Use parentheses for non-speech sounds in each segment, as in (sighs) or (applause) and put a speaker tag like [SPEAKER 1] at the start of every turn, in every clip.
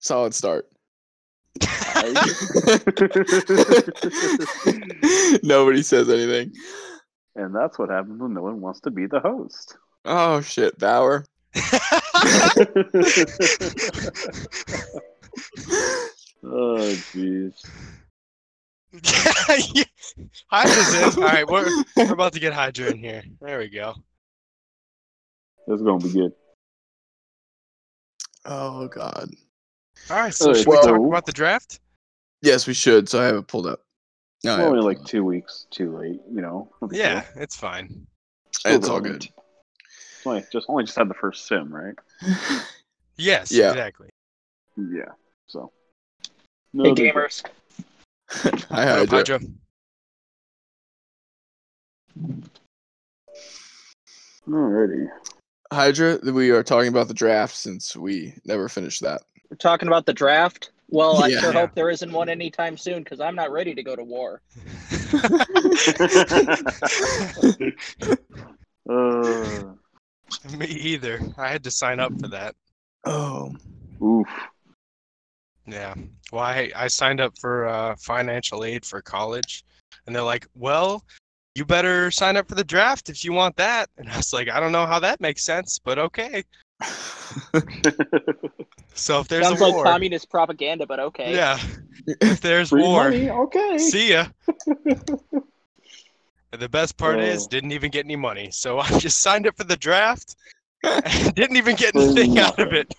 [SPEAKER 1] Solid
[SPEAKER 2] (laughs)
[SPEAKER 1] start. Nobody says anything.
[SPEAKER 3] (laughs) and that's what happens when no one wants to be the host. (laughs)
[SPEAKER 1] Oh shit, Bauer.
[SPEAKER 3] oh, jeez.
[SPEAKER 2] (laughs) Hydra's in. All right, we're, we're about to get Hydra in here. There we go.
[SPEAKER 3] That's going to be good.
[SPEAKER 1] (laughs) Oh god.
[SPEAKER 2] All right, so should we talk
[SPEAKER 3] Well-
[SPEAKER 2] about the draft?
[SPEAKER 1] Yes, we should. So I have it pulled up. No, I
[SPEAKER 3] We're
[SPEAKER 1] have
[SPEAKER 3] only
[SPEAKER 1] it
[SPEAKER 3] like
[SPEAKER 1] pulled
[SPEAKER 3] two weeks too late, you know. (laughs)
[SPEAKER 2] Yeah, it's fine.
[SPEAKER 1] up. it's all good.
[SPEAKER 3] It's only just, only just had the first sim, right?
[SPEAKER 2] Yes,
[SPEAKER 1] Yeah.
[SPEAKER 2] exactly.
[SPEAKER 3] Yeah. So.
[SPEAKER 4] Hey
[SPEAKER 3] No, they-
[SPEAKER 4] gamers,
[SPEAKER 1] Hi,
[SPEAKER 2] What up,
[SPEAKER 1] Hydra.
[SPEAKER 2] Hydra?
[SPEAKER 3] Alrighty.
[SPEAKER 1] Hydra, we are talking about the draft since we never finished
[SPEAKER 3] (laughs)
[SPEAKER 1] that.
[SPEAKER 4] we're talking about the draft. Well, I
[SPEAKER 1] Yeah.
[SPEAKER 4] sure hope there isn't one anytime soon because I'm not ready to go to war. (laughs)
[SPEAKER 3] Uh,
[SPEAKER 2] (laughs) Me either. I had to sign up for that.
[SPEAKER 1] Oh.
[SPEAKER 2] (laughs)
[SPEAKER 3] oof.
[SPEAKER 2] Yeah. Well, I, I signed up for uh, financial aid for college, and they're like, well, you better sign up for the draft if you want that. And I was like, I don't know how that makes sense, but okay. So if there's
[SPEAKER 4] Sounds
[SPEAKER 2] a
[SPEAKER 4] like
[SPEAKER 2] war,
[SPEAKER 4] communist propaganda, but okay.
[SPEAKER 2] yeah, if there's war,
[SPEAKER 3] money, okay.
[SPEAKER 1] (laughs)
[SPEAKER 2] see ya. And the best part is,
[SPEAKER 3] Oh.
[SPEAKER 2] didn't even get any money. So (laughs) I just signed up for the draft
[SPEAKER 1] (laughs)
[SPEAKER 2] and didn't even get anything out of it.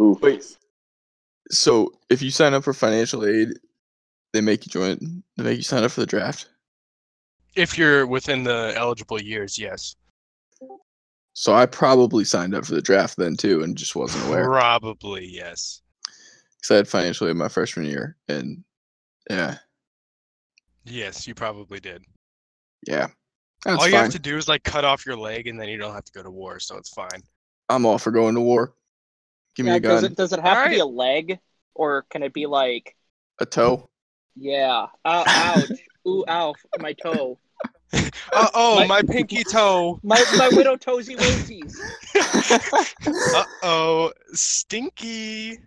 [SPEAKER 3] Oof.
[SPEAKER 1] Wait. So if you sign up for financial aid, they make you join they make you sign up for the draft.
[SPEAKER 2] If you're within the eligible years, yes.
[SPEAKER 1] So I probably signed up for the draft then too and just wasn't aware.
[SPEAKER 2] Probably, yes.
[SPEAKER 1] Because I had financial aid my freshman year and yeah.
[SPEAKER 2] Yes, you probably did.
[SPEAKER 1] Yeah. That's
[SPEAKER 2] All you
[SPEAKER 1] fine.
[SPEAKER 2] have to do is like cut off your leg, and then you don't have to go to war, so
[SPEAKER 1] (laughs)
[SPEAKER 2] it's fine.
[SPEAKER 1] I'm all for going to war. Give me
[SPEAKER 4] Yeah,
[SPEAKER 1] a
[SPEAKER 4] does
[SPEAKER 1] gun,
[SPEAKER 4] it does it have to
[SPEAKER 2] Alright.
[SPEAKER 4] be a leg, or can it be like,
[SPEAKER 1] a toe.
[SPEAKER 4] yeah, ow,
[SPEAKER 2] (laughs)
[SPEAKER 4] ouch, ooh, ow, my toe,
[SPEAKER 2] Uh
[SPEAKER 1] (laughs)
[SPEAKER 2] oh,
[SPEAKER 4] My-
[SPEAKER 2] my pinky toe.
[SPEAKER 4] my my widow toesy waisies.
[SPEAKER 2] Uh oh,
[SPEAKER 1] (laughs)
[SPEAKER 2] stinky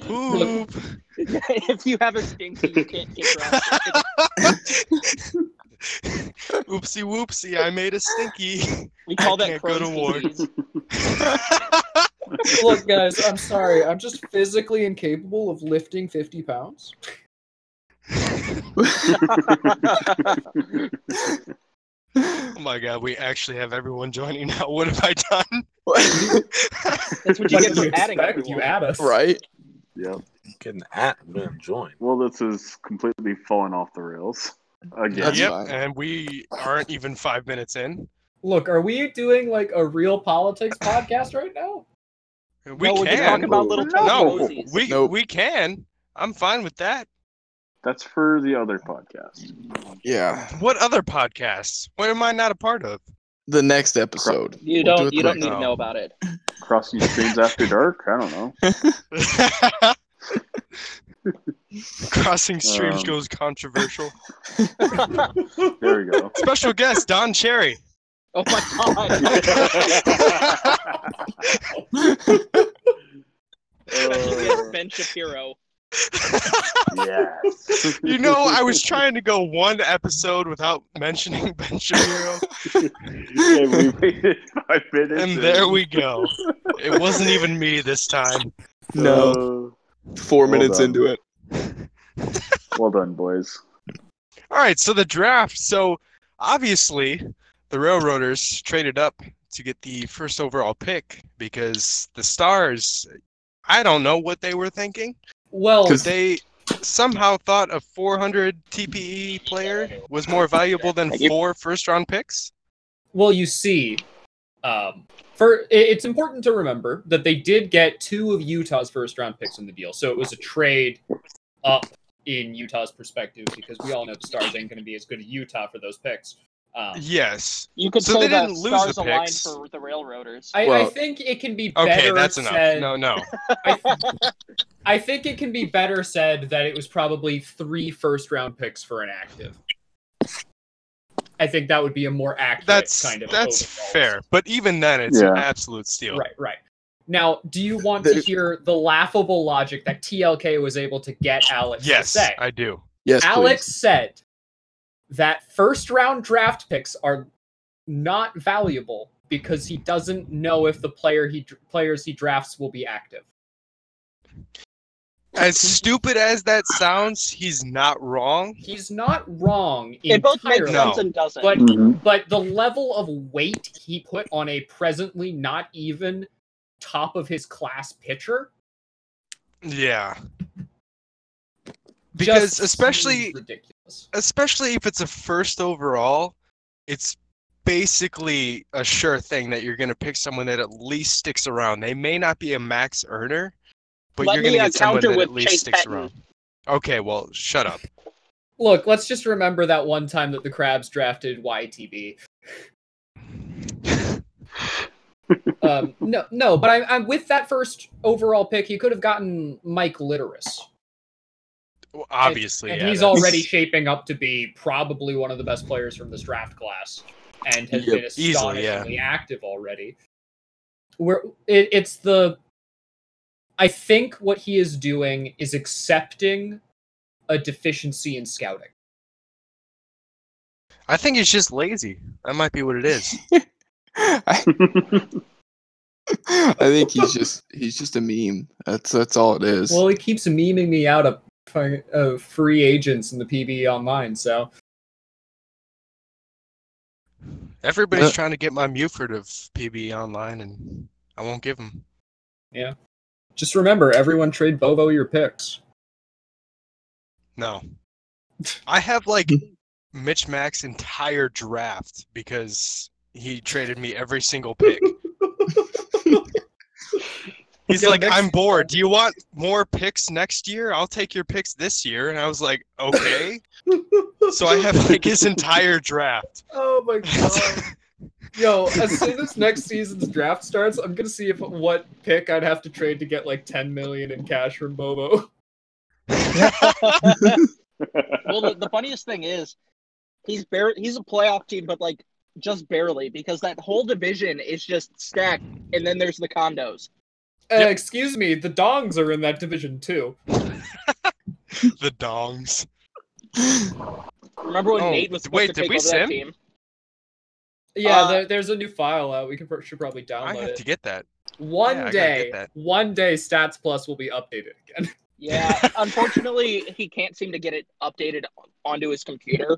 [SPEAKER 2] poop.
[SPEAKER 4] (laughs) if you have a stinky, you can't get around. It.
[SPEAKER 2] (laughs) Oopsie whoopsie, I made a stinky. (laughs)
[SPEAKER 4] We call
[SPEAKER 2] I
[SPEAKER 4] that
[SPEAKER 2] can't go to
[SPEAKER 4] Crohn's
[SPEAKER 2] war. (laughs)
[SPEAKER 4] disease.
[SPEAKER 5] Look, guys, I'm sorry. I'm just physically incapable of lifting 50 pounds.
[SPEAKER 2] oh my god, we actually have everyone joining now. (laughs) What have I done?
[SPEAKER 4] That's what you
[SPEAKER 5] What
[SPEAKER 4] get
[SPEAKER 5] do
[SPEAKER 4] for adding
[SPEAKER 5] expect?
[SPEAKER 4] everyone.
[SPEAKER 5] You add
[SPEAKER 1] (laughs)
[SPEAKER 5] us.
[SPEAKER 1] right?
[SPEAKER 3] (laughs) yep.
[SPEAKER 6] Getting at man, join.
[SPEAKER 3] Well, this is completely fallen off the rails again.
[SPEAKER 1] That's
[SPEAKER 2] yep,
[SPEAKER 1] fine.
[SPEAKER 2] and we aren't even five minutes in.
[SPEAKER 5] Look, are we doing like a real politics podcast right now?
[SPEAKER 2] We
[SPEAKER 4] no, we're just
[SPEAKER 2] can.
[SPEAKER 4] talking about little toe
[SPEAKER 2] No,
[SPEAKER 4] toesies.
[SPEAKER 2] we
[SPEAKER 1] Nope.
[SPEAKER 2] we can. I'm fine with that.
[SPEAKER 3] That's for the other podcast.
[SPEAKER 1] Yeah.
[SPEAKER 2] What other podcasts? What am I not a
[SPEAKER 1] (laughs)
[SPEAKER 2] part of?
[SPEAKER 1] The next episode.
[SPEAKER 4] You
[SPEAKER 1] We'll do
[SPEAKER 4] don't.
[SPEAKER 1] it
[SPEAKER 4] you
[SPEAKER 1] the
[SPEAKER 4] don't need
[SPEAKER 1] next-
[SPEAKER 4] to know about it.
[SPEAKER 3] Crossing streams after dark. I don't know.
[SPEAKER 2] Crossing streams
[SPEAKER 3] Um.
[SPEAKER 2] goes controversial.
[SPEAKER 3] There we
[SPEAKER 2] (laughs)
[SPEAKER 3] go.
[SPEAKER 2] Special guest Don Cherry.
[SPEAKER 4] Oh my god. Special guest Ben Shapiro.
[SPEAKER 3] yes.
[SPEAKER 2] (laughs) You know, I
[SPEAKER 3] (laughs)
[SPEAKER 2] was trying to go one episode without mentioning (laughs) Ben Shapiro,
[SPEAKER 3] and we waited (laughs) five minutes.
[SPEAKER 2] and there we go. It wasn't even me this time.
[SPEAKER 1] No. Four
[SPEAKER 3] Well
[SPEAKER 1] minutes
[SPEAKER 3] done.
[SPEAKER 1] into it.
[SPEAKER 3] Uh, well done,
[SPEAKER 2] (laughs)
[SPEAKER 3] boys.
[SPEAKER 2] All right, so the draft. So obviously, the Railroaders traded up to get the first overall pick because the Stars, I don't know what they were thinking.
[SPEAKER 5] Well,
[SPEAKER 1] 'Cause-
[SPEAKER 2] They somehow thought a 400 TPE E player was more valuable than
[SPEAKER 4] Thank you.
[SPEAKER 2] four first round picks.
[SPEAKER 5] well, you see, um, for i- it's important to remember that they did get two of Utah's first round picks in the deal, so it was a trade up in Utah's perspective because we all know the Stars ain't going to be as good as Utah for those picks. Um,
[SPEAKER 2] Yes.
[SPEAKER 4] You could
[SPEAKER 2] So
[SPEAKER 4] say
[SPEAKER 2] they
[SPEAKER 4] that
[SPEAKER 2] didn't lose the
[SPEAKER 4] stars aligned
[SPEAKER 2] picks.
[SPEAKER 4] for the railroaders.
[SPEAKER 5] I, I
[SPEAKER 1] Well-
[SPEAKER 5] think it can be better
[SPEAKER 2] Okay, that's enough.
[SPEAKER 5] said-
[SPEAKER 2] No, no. (laughs)
[SPEAKER 5] I think it can be better said that it was probably three first round picks for an active. I think that would be a more accurate
[SPEAKER 2] That's
[SPEAKER 5] kind of
[SPEAKER 2] that's
[SPEAKER 5] overall.
[SPEAKER 2] fair. But even then it's
[SPEAKER 3] Yeah.
[SPEAKER 2] an absolute steal.
[SPEAKER 5] Right, right. Now, do you want to
[SPEAKER 1] The-
[SPEAKER 5] hear the laughable logic that TLK was able to get Alex to
[SPEAKER 2] Yes,
[SPEAKER 5] say?
[SPEAKER 2] I do.
[SPEAKER 1] Yes, please.
[SPEAKER 5] Alex said that first round draft picks are not valuable because he doesn't know if the player he players he drafts will be active.
[SPEAKER 2] As stupid as that sounds, he's not wrong.
[SPEAKER 5] He's not wrong
[SPEAKER 4] It both makes
[SPEAKER 5] entirely,
[SPEAKER 2] No.
[SPEAKER 4] sense and doesn't.
[SPEAKER 5] but
[SPEAKER 3] Mhm.
[SPEAKER 5] but the level of weight he put on a presently not even top of his class pitcher
[SPEAKER 2] Yeah. Because
[SPEAKER 5] just
[SPEAKER 2] especially
[SPEAKER 5] seems ridiculous.
[SPEAKER 2] especially if it's a first overall, it's basically a sure thing that you're going to pick someone that at least sticks around. They may not be a max earner, but
[SPEAKER 4] Let
[SPEAKER 2] you're going
[SPEAKER 4] me,
[SPEAKER 2] to
[SPEAKER 4] uh,
[SPEAKER 2] get someone
[SPEAKER 4] counter
[SPEAKER 2] that
[SPEAKER 4] with
[SPEAKER 2] at least
[SPEAKER 4] Chase
[SPEAKER 2] sticks
[SPEAKER 4] Patton.
[SPEAKER 2] around. Okay, well, shut up.
[SPEAKER 5] Look, let's just remember that one time that the Crabs drafted YTB.
[SPEAKER 2] (laughs)
[SPEAKER 5] um, no, no, but I'm, I'm with that first overall pick. He could have gotten Mike Litteris,
[SPEAKER 2] Well, Obviously,
[SPEAKER 5] and
[SPEAKER 2] yeah,
[SPEAKER 5] he's
[SPEAKER 2] that's-
[SPEAKER 5] already shaping up to be probably one of the best players from this draft class, and has been
[SPEAKER 2] Easily, yeah.
[SPEAKER 5] astonishingly active already. Where it, it's the, I think what he is doing is accepting a deficiency in scouting.
[SPEAKER 2] I think he's just lazy. That might be what it
[SPEAKER 4] (laughs)
[SPEAKER 2] is.
[SPEAKER 1] (laughs) I, I think he's just he's just a meme. That's that's all it is.
[SPEAKER 5] Well, he keeps memeing me out of, fi- of free agents in the PBE online, so.
[SPEAKER 2] Everybody's
[SPEAKER 1] Uh,
[SPEAKER 2] trying to get my Muford of PB online, and I won't give him.
[SPEAKER 5] Just remember, everyone trade Bobo your picks.
[SPEAKER 2] No. I have like Mitch Mack's entire draft because he traded me every single pick. He's
[SPEAKER 5] Yo,
[SPEAKER 2] like,
[SPEAKER 5] next-
[SPEAKER 2] I'm bored. Do you want more picks next year? I'll take your picks this year. And I was like, okay. (laughs) so I have like his entire draft.
[SPEAKER 5] Oh
[SPEAKER 2] (laughs)
[SPEAKER 5] my god. Yo, as soon as next season's draft starts, I'm gonna see if what pick I'd have to trade to get like 10 million in cash from Bobo.
[SPEAKER 4] well, the, the funniest thing is, he's bare. He's a playoff team, but like just barely because that whole division is just stacked, and then there's the condos.
[SPEAKER 5] Uh,
[SPEAKER 2] Yep.
[SPEAKER 5] Excuse me, the Dongs are in that division too.
[SPEAKER 2] the dongs.
[SPEAKER 4] Remember when
[SPEAKER 2] Oh,
[SPEAKER 4] Nate was supposed
[SPEAKER 2] wait,
[SPEAKER 4] to
[SPEAKER 2] did
[SPEAKER 4] take
[SPEAKER 2] we
[SPEAKER 4] over
[SPEAKER 2] sim?
[SPEAKER 4] that team?
[SPEAKER 5] Yeah,
[SPEAKER 4] Uh,
[SPEAKER 5] there- there's a new file out. We can, pro- should probably
[SPEAKER 2] I
[SPEAKER 5] download
[SPEAKER 2] have
[SPEAKER 5] it.
[SPEAKER 2] to get that.
[SPEAKER 5] one
[SPEAKER 2] yeah, I gotta
[SPEAKER 5] day,
[SPEAKER 2] get that.
[SPEAKER 5] one day, Stats Plus will be updated
[SPEAKER 2] (laughs)
[SPEAKER 5] again. (laughs)
[SPEAKER 4] Yeah, unfortunately, he can't seem to get it updated onto his computer.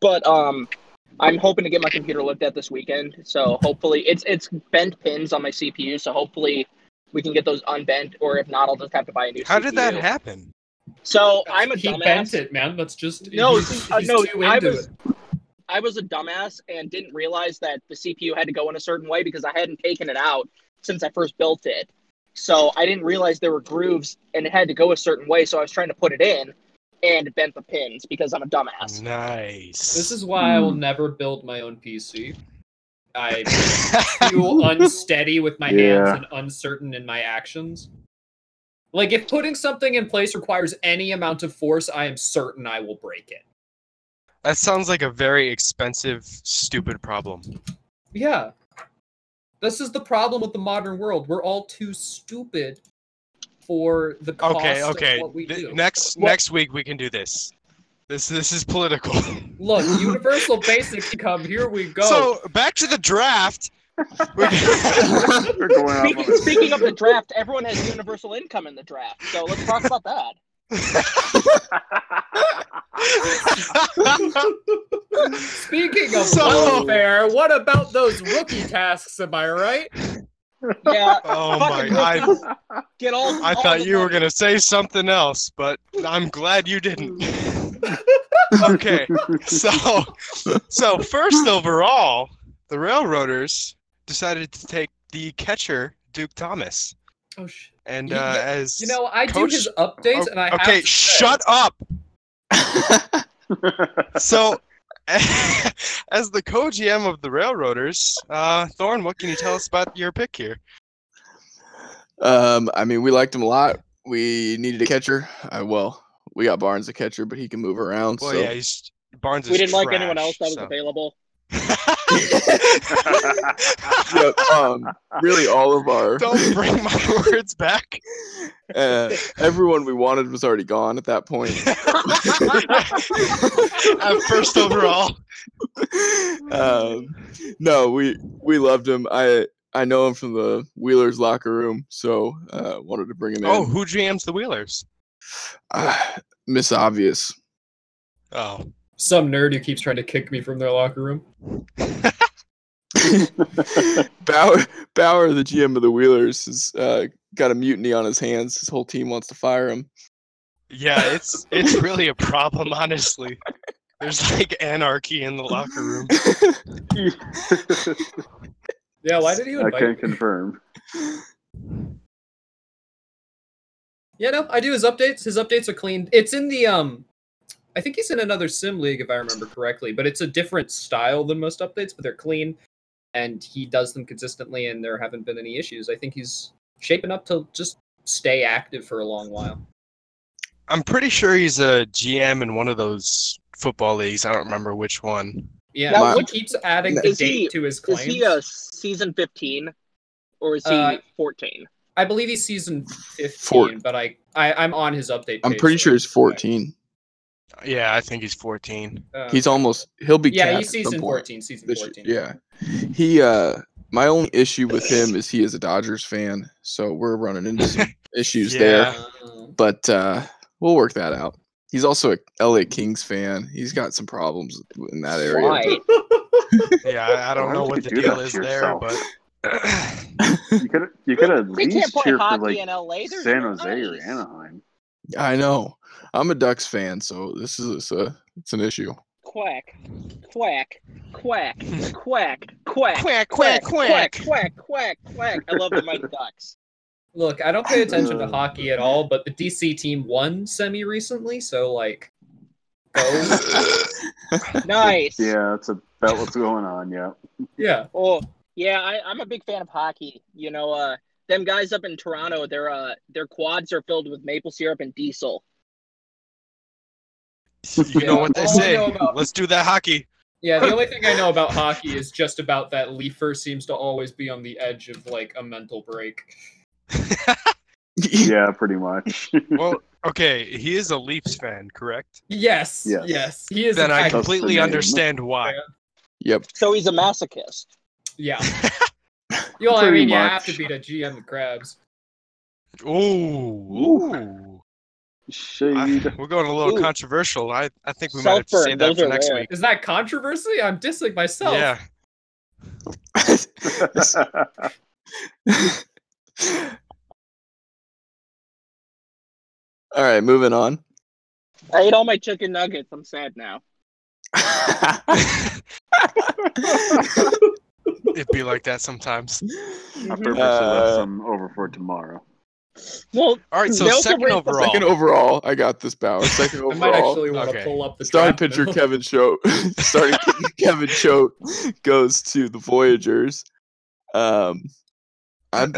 [SPEAKER 4] But um, I'm hoping to get my computer looked at this weekend. So hopefully, it's it's bent pins on my CPU. So hopefully, we can get those unbent. Or if not, I'll just have to buy a new.
[SPEAKER 2] How did that
[SPEAKER 4] CPU.
[SPEAKER 2] happen?
[SPEAKER 4] So I'm a
[SPEAKER 5] he
[SPEAKER 4] dumbass.
[SPEAKER 5] bent it, man. That's just
[SPEAKER 4] No,
[SPEAKER 5] he's-
[SPEAKER 4] see, uh,
[SPEAKER 5] he's
[SPEAKER 4] no,
[SPEAKER 5] too
[SPEAKER 4] I
[SPEAKER 5] into
[SPEAKER 4] was-
[SPEAKER 5] it.
[SPEAKER 4] I was a dumbass and didn't realize that the CPU had to go in a certain way because I hadn't taken it out since I first built it. So I didn't realize there were grooves and it had to go a certain way. So I was trying to put it in and bent the pins because I'm a dumbass.
[SPEAKER 2] Nice.
[SPEAKER 5] This is why I will
[SPEAKER 2] Hmm.
[SPEAKER 5] never build my own PC. I feel unsteady with my
[SPEAKER 3] Yeah.
[SPEAKER 5] hands and uncertain in my actions. Like if putting something in place requires any amount of force, I am certain I will break it.
[SPEAKER 2] (laughs) that sounds like a very expensive, stupid problem.
[SPEAKER 5] Yeah. This is the problem with the modern world. We're all too stupid for the cost
[SPEAKER 2] Okay, okay.
[SPEAKER 5] of what we
[SPEAKER 2] Th-
[SPEAKER 5] do.
[SPEAKER 2] next
[SPEAKER 5] Well-
[SPEAKER 2] next week we can do this. This this is political. (laughs)
[SPEAKER 5] Look, universal basic income, here we go.
[SPEAKER 2] So back to the draft. We-
[SPEAKER 3] They're going off on
[SPEAKER 2] Mm-hmm.
[SPEAKER 4] Speaking,
[SPEAKER 3] a-
[SPEAKER 4] speaking of the draft, everyone has universal income in the draft. So let's talk about that.
[SPEAKER 5] Speaking of
[SPEAKER 2] So-
[SPEAKER 5] welfare, what about those rookie tasks, am I right?
[SPEAKER 4] Yeah.
[SPEAKER 2] (laughs) oh my!
[SPEAKER 4] Fucking
[SPEAKER 2] I
[SPEAKER 4] rookies, get all.
[SPEAKER 2] I
[SPEAKER 4] all
[SPEAKER 2] thought
[SPEAKER 4] the
[SPEAKER 2] you were
[SPEAKER 4] money.
[SPEAKER 2] gonna say something else, but I'm glad you didn't.
[SPEAKER 5] (laughs)
[SPEAKER 2] okay, so so first overall, the Railroaders decided to take the catcher Duke Thomas,
[SPEAKER 5] Oh shit.
[SPEAKER 2] and
[SPEAKER 5] You-
[SPEAKER 2] uh, as
[SPEAKER 5] You know, I
[SPEAKER 2] Coach- Oh,
[SPEAKER 5] do his updates, and I have
[SPEAKER 2] okay,
[SPEAKER 5] to say-
[SPEAKER 2] shut up. So, (laughs) as the co-GM of the Railroaders, uh, Thorn, what can you tell us about your pick here?
[SPEAKER 1] (laughs) um, I mean, we liked him a lot. We needed a catcher. I, well, we got Barnes a catcher, but he can move around.
[SPEAKER 2] Well,
[SPEAKER 1] so
[SPEAKER 2] yeah, he's Barnes is
[SPEAKER 4] We didn't like
[SPEAKER 2] trash, (laughs)
[SPEAKER 4] anyone else that was
[SPEAKER 2] so.
[SPEAKER 4] available.
[SPEAKER 1] Yeah, um, really, all of our
[SPEAKER 2] (laughs) Don't bring my words back.
[SPEAKER 1] uh, everyone we wanted was already gone at that point.
[SPEAKER 2] (laughs) At Uh, first overall.
[SPEAKER 1] um, no, we we loved him. I I know him from the Wheelers locker room, so uh, wanted to bring him
[SPEAKER 2] Oh,
[SPEAKER 1] in.
[SPEAKER 2] who GMs the Wheelers?
[SPEAKER 1] Ah, Miss Obvious. (laughs)
[SPEAKER 2] Oh. (laughs)
[SPEAKER 5] Some nerd who keeps trying to kick me from their locker room.
[SPEAKER 1] Bauer, Bauer, the GM of the Wheelers, has uh, got a mutiny on his hands. His whole team wants to fire him.
[SPEAKER 2] Yeah, it's it's really a problem, honestly. There's like anarchy in the locker room.
[SPEAKER 5] Yeah, why did you
[SPEAKER 3] I
[SPEAKER 5] invite
[SPEAKER 3] can
[SPEAKER 5] me?
[SPEAKER 3] confirm.
[SPEAKER 5] Yeah, no, I do his updates. His updates are clean. It's in the um I think he's in another sim league if I remember correctly, but it's a different style than most updates, but they're clean and he does them consistently and there haven't been any issues. I think he's shaping up to just stay active for a long while.
[SPEAKER 2] I'm pretty sure he's a GM in one of those football leagues. I don't remember which one.
[SPEAKER 5] Yeah,
[SPEAKER 1] Now,
[SPEAKER 5] he
[SPEAKER 1] which-
[SPEAKER 5] keeps adding the
[SPEAKER 4] Is
[SPEAKER 5] date
[SPEAKER 4] he-
[SPEAKER 5] to his
[SPEAKER 4] Is
[SPEAKER 5] claims.
[SPEAKER 4] he a season 15 or is he
[SPEAKER 5] Uh,
[SPEAKER 4] 14?
[SPEAKER 5] I believe he's season 15,
[SPEAKER 1] Four.
[SPEAKER 5] but I, I I'm on his update.
[SPEAKER 1] I'm
[SPEAKER 5] page,
[SPEAKER 1] pretty
[SPEAKER 5] so
[SPEAKER 1] sure he's
[SPEAKER 5] it's okay.
[SPEAKER 1] 14.
[SPEAKER 2] Yeah, I think he's 14.
[SPEAKER 5] Uh,
[SPEAKER 1] He's almost. He'll be.
[SPEAKER 5] yeah,
[SPEAKER 1] capped
[SPEAKER 5] he's
[SPEAKER 1] at some
[SPEAKER 5] season
[SPEAKER 1] point
[SPEAKER 5] 14. Season
[SPEAKER 1] this year.
[SPEAKER 5] 14.
[SPEAKER 1] Yeah, he. uh My only issue with him is he is a Dodgers fan, so we're running into some issues there.
[SPEAKER 2] Yeah.
[SPEAKER 5] Uh,
[SPEAKER 1] But uh we'll work that out. He's also a LA Kings fan. He's got some problems in that area.
[SPEAKER 4] Why?
[SPEAKER 2] Yeah, I, I don't
[SPEAKER 3] Why
[SPEAKER 2] know
[SPEAKER 3] would
[SPEAKER 2] what
[SPEAKER 3] you
[SPEAKER 2] the
[SPEAKER 3] do
[SPEAKER 2] deal
[SPEAKER 3] that
[SPEAKER 2] is
[SPEAKER 3] to
[SPEAKER 2] there,
[SPEAKER 3] yourself?
[SPEAKER 2] but
[SPEAKER 3] You could you could at
[SPEAKER 4] They can't
[SPEAKER 3] least
[SPEAKER 4] play
[SPEAKER 3] cheer for
[SPEAKER 4] hockey
[SPEAKER 3] like
[SPEAKER 4] in LA. There's
[SPEAKER 3] San
[SPEAKER 4] no
[SPEAKER 3] Jose or
[SPEAKER 4] ice.
[SPEAKER 3] Anaheim.
[SPEAKER 1] I know. I'm a Ducks fan, so this is it's a it's an issue.
[SPEAKER 4] Quack, quack, quack, quack, quack.
[SPEAKER 2] quack,
[SPEAKER 4] Quack,
[SPEAKER 2] quack,
[SPEAKER 4] quack,
[SPEAKER 2] quack.
[SPEAKER 4] quack, quack, quack. I love
[SPEAKER 2] (laughs)
[SPEAKER 4] the Mighty Ducks.
[SPEAKER 5] Look, I don't pay attention to
[SPEAKER 3] Uh.
[SPEAKER 5] hockey at all, but the DC team won semi recently, so like,
[SPEAKER 1] (laughs)
[SPEAKER 5] go.
[SPEAKER 4] Nice.
[SPEAKER 3] Yeah, that's about what's going on. Yeah.
[SPEAKER 5] yeah.
[SPEAKER 4] Oh, yeah. I, I'm a big fan of hockey. You know, uh, them guys up in Toronto, their uh, their quads are filled with maple syrup and diesel.
[SPEAKER 2] You know what they
[SPEAKER 5] All I
[SPEAKER 2] say.
[SPEAKER 5] know about-
[SPEAKER 2] Let's do that hockey.
[SPEAKER 5] Yeah, the only thing I know about hockey is just about that Leafer seems to always be on the edge of like a mental break.
[SPEAKER 3] Yeah, pretty
[SPEAKER 2] (laughs)
[SPEAKER 3] much.
[SPEAKER 2] Well, okay, he is a Leafs fan, correct?
[SPEAKER 5] Yes, yes,
[SPEAKER 3] Yes.
[SPEAKER 5] he is.
[SPEAKER 2] Then I
[SPEAKER 3] fact-
[SPEAKER 5] a-
[SPEAKER 3] That's the
[SPEAKER 2] completely
[SPEAKER 3] name.
[SPEAKER 2] understand why.
[SPEAKER 1] (laughs) Yep. (laughs)
[SPEAKER 4] So he's a masochist.
[SPEAKER 2] (laughs)
[SPEAKER 5] yeah. You know, I
[SPEAKER 3] Pretty
[SPEAKER 5] mean, you have
[SPEAKER 3] much.
[SPEAKER 5] to beat a GM the Crabs.
[SPEAKER 2] Ooh. Ooh. I- (laughs)
[SPEAKER 3] Shade.
[SPEAKER 2] we're going a little
[SPEAKER 4] Ooh.
[SPEAKER 2] controversial. I, I think we might have to say
[SPEAKER 4] Saltburn,
[SPEAKER 2] that
[SPEAKER 4] those
[SPEAKER 2] for
[SPEAKER 4] are
[SPEAKER 2] next
[SPEAKER 4] rare.
[SPEAKER 2] week.
[SPEAKER 5] Is that controversy? I'm dissing myself.
[SPEAKER 2] Yeah. (laughs)
[SPEAKER 1] All right, moving on. (laughs)
[SPEAKER 4] I ate all my chicken nuggets. I'm sad now.
[SPEAKER 2] It'd be like that sometimes.
[SPEAKER 3] I purposely
[SPEAKER 1] Uh,
[SPEAKER 3] left some over for tomorrow.
[SPEAKER 4] Well,
[SPEAKER 2] All right, so
[SPEAKER 4] Nelson
[SPEAKER 2] second
[SPEAKER 4] Rangel-
[SPEAKER 2] overall.
[SPEAKER 1] Second overall, I got this Bauer. Second
[SPEAKER 5] I might
[SPEAKER 1] overall,
[SPEAKER 5] actually want to
[SPEAKER 2] Okay.
[SPEAKER 5] pull up the
[SPEAKER 1] starting
[SPEAKER 5] draft
[SPEAKER 1] pitcher
[SPEAKER 5] now.
[SPEAKER 1] Kevin Choate. (laughs) starting pitcher Kevin Choate goes to the Voyagers. Um, I'm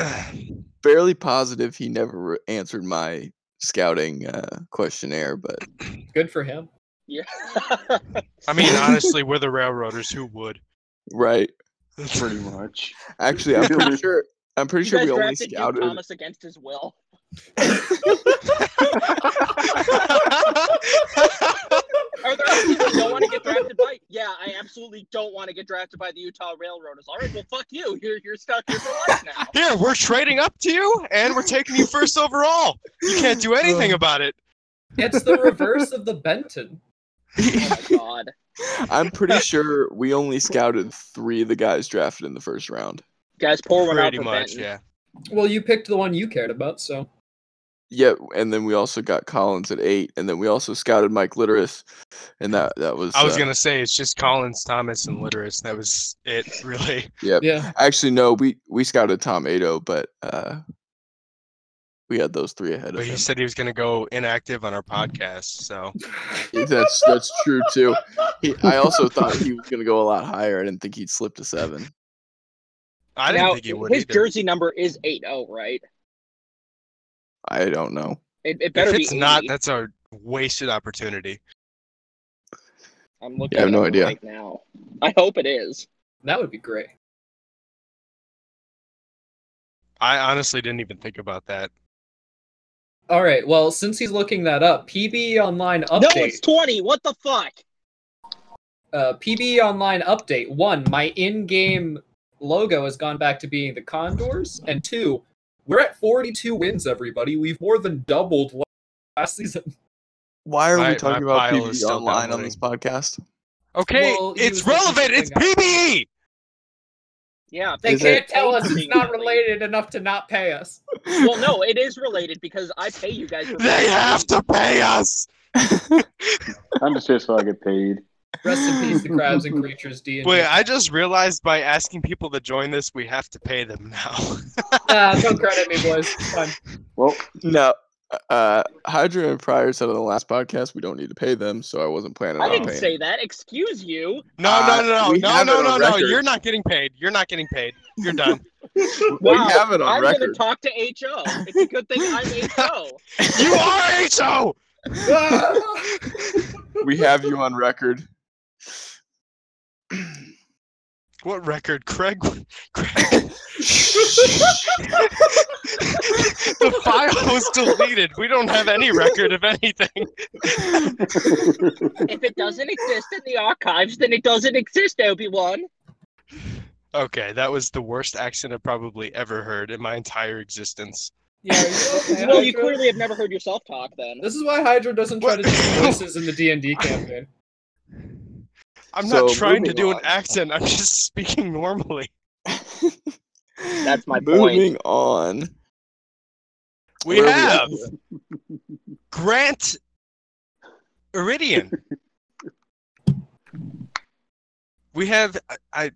[SPEAKER 1] fairly positive he never re- answered my scouting uh, questionnaire, but
[SPEAKER 5] Good for him.
[SPEAKER 4] yeah.
[SPEAKER 2] (sighs)
[SPEAKER 4] (laughs)
[SPEAKER 2] I mean, honestly, we're the railroaders. Who would?
[SPEAKER 1] right.
[SPEAKER 3] Pretty much.
[SPEAKER 1] Actually, I'm pretty sure. I'm pretty
[SPEAKER 4] you
[SPEAKER 1] sure
[SPEAKER 4] guys
[SPEAKER 1] we only
[SPEAKER 4] drafted Hugh
[SPEAKER 1] scouted.
[SPEAKER 4] Thomas against
[SPEAKER 1] (laughs)
[SPEAKER 4] his will. Are there any people who don't want to get drafted by? Yeah, I absolutely don't want to get drafted by the Utah Railroaders. All right, well, fuck you. You're you're stuck here for life
[SPEAKER 2] (laughs)
[SPEAKER 4] now.
[SPEAKER 2] Here, we're trading up to you, and we're taking you first overall. You can't do anything
[SPEAKER 4] Uh,
[SPEAKER 2] about it.
[SPEAKER 5] It's the reverse of the Benton.
[SPEAKER 4] Oh my god.
[SPEAKER 1] I'm pretty sure we only scouted three of the guys drafted in the first round.
[SPEAKER 4] Guys, pour one out
[SPEAKER 2] Pretty
[SPEAKER 4] for
[SPEAKER 2] much,
[SPEAKER 4] Benton.
[SPEAKER 2] yeah.
[SPEAKER 5] Well, you picked the one you cared about, so
[SPEAKER 1] Yeah, and then we also got Collins at eight, and then we also scouted Mike Litteris, and that that was.
[SPEAKER 2] I was
[SPEAKER 1] uh,
[SPEAKER 2] gonna say it's just Collins, Thomas, and Litteris. That was it, (laughs) really.
[SPEAKER 5] yeah.
[SPEAKER 1] actually no, we we scouted Tom Ado, but uh, we had those three ahead of
[SPEAKER 2] But he
[SPEAKER 1] him.
[SPEAKER 2] said he was gonna go inactive on our podcast, so
[SPEAKER 1] That's that's true too. He, I also thought he was gonna go a lot higher. I didn't think he'd slip to seven.
[SPEAKER 2] I didn't
[SPEAKER 4] now,
[SPEAKER 2] think he would
[SPEAKER 4] his
[SPEAKER 2] either.
[SPEAKER 4] jersey number is 80, right?
[SPEAKER 1] I don't know.
[SPEAKER 4] It, it better
[SPEAKER 2] if
[SPEAKER 4] be.
[SPEAKER 2] it's not,
[SPEAKER 4] 80.
[SPEAKER 2] that's a wasted opportunity.
[SPEAKER 4] I'm looking
[SPEAKER 1] Yeah, I have
[SPEAKER 4] it
[SPEAKER 1] no
[SPEAKER 4] up
[SPEAKER 1] idea.
[SPEAKER 4] right now. I hope it is.
[SPEAKER 5] That would be great.
[SPEAKER 2] I honestly didn't even think about that.
[SPEAKER 5] All right. Well, since he's looking that up, PB Online update.
[SPEAKER 4] No, it's 20. What the fuck?
[SPEAKER 5] uh, PBE Online update. One, my in-game logo has gone back to being the Condors, and two, we're at 42 wins. Everybody, we've more than doubled la- last season.
[SPEAKER 1] Why are
[SPEAKER 2] My-
[SPEAKER 1] we talking
[SPEAKER 2] my
[SPEAKER 1] about E
[SPEAKER 2] file
[SPEAKER 1] PB
[SPEAKER 2] is still
[SPEAKER 1] online on
[SPEAKER 2] downloading.
[SPEAKER 1] this podcast?
[SPEAKER 2] Okay,
[SPEAKER 5] Well, he
[SPEAKER 2] it's
[SPEAKER 5] was looking
[SPEAKER 2] relevant. It's E.
[SPEAKER 5] something
[SPEAKER 2] PBE.
[SPEAKER 4] Yeah.
[SPEAKER 5] They
[SPEAKER 1] Is
[SPEAKER 5] can't
[SPEAKER 1] it-
[SPEAKER 5] tell us it's
[SPEAKER 4] (laughs)
[SPEAKER 5] not related enough to not pay us.
[SPEAKER 4] Well, no, it is related because I pay you guys.
[SPEAKER 2] (laughs)
[SPEAKER 4] For
[SPEAKER 2] They have to pay us.
[SPEAKER 3] I'm just here so I get paid.
[SPEAKER 5] Rest in peace, the crabs and creatures. D and
[SPEAKER 2] Wait,
[SPEAKER 5] (laughs)
[SPEAKER 2] I just realized by asking people to join this, we have to pay them now. (laughs)
[SPEAKER 5] ah, don't credit me, boys. It's Fine.
[SPEAKER 3] Well,
[SPEAKER 1] No. Uh, Hydra and Pryor said on the last podcast we don't need to pay them, so I wasn't planning
[SPEAKER 4] I
[SPEAKER 1] on
[SPEAKER 4] didn't
[SPEAKER 1] paying.
[SPEAKER 4] say that. Excuse you.
[SPEAKER 2] No,
[SPEAKER 1] Uh,
[SPEAKER 2] no, no,
[SPEAKER 1] we
[SPEAKER 2] no,
[SPEAKER 1] have
[SPEAKER 2] no,
[SPEAKER 1] it
[SPEAKER 2] no,
[SPEAKER 1] on
[SPEAKER 2] no.
[SPEAKER 1] record.
[SPEAKER 2] You're not getting paid. You're not getting paid.
[SPEAKER 1] (laughs)
[SPEAKER 2] You're done.
[SPEAKER 1] We
[SPEAKER 4] Wow,
[SPEAKER 1] have it on
[SPEAKER 4] I'm gonna
[SPEAKER 1] record.
[SPEAKER 4] talk to HO. It's a good thing I'm HO.
[SPEAKER 2] you are HO.
[SPEAKER 5] Ah!
[SPEAKER 1] we have you on record.
[SPEAKER 2] What record, Craig? Craig, the file was deleted. We don't have any record of anything.
[SPEAKER 4] If it doesn't exist in the archives, then it doesn't exist, Obi Wan.
[SPEAKER 2] Okay, that was the worst accent I've probably ever heard in my entire existence.
[SPEAKER 5] yeah, are you okay,
[SPEAKER 4] Well, you
[SPEAKER 5] Hydra?
[SPEAKER 4] clearly have never heard yourself talk then.
[SPEAKER 5] This is why Hydra doesn't try to do
[SPEAKER 2] What?
[SPEAKER 5] voices in the D and D campaign.
[SPEAKER 2] I'm
[SPEAKER 1] So,
[SPEAKER 2] not trying to
[SPEAKER 1] moving
[SPEAKER 2] do an
[SPEAKER 1] on.
[SPEAKER 2] accent. I'm just speaking normally.
[SPEAKER 4] (laughs) That's my point.
[SPEAKER 1] Moving on.
[SPEAKER 2] We
[SPEAKER 1] Where are at?
[SPEAKER 2] have Grant Iridian. we have I, I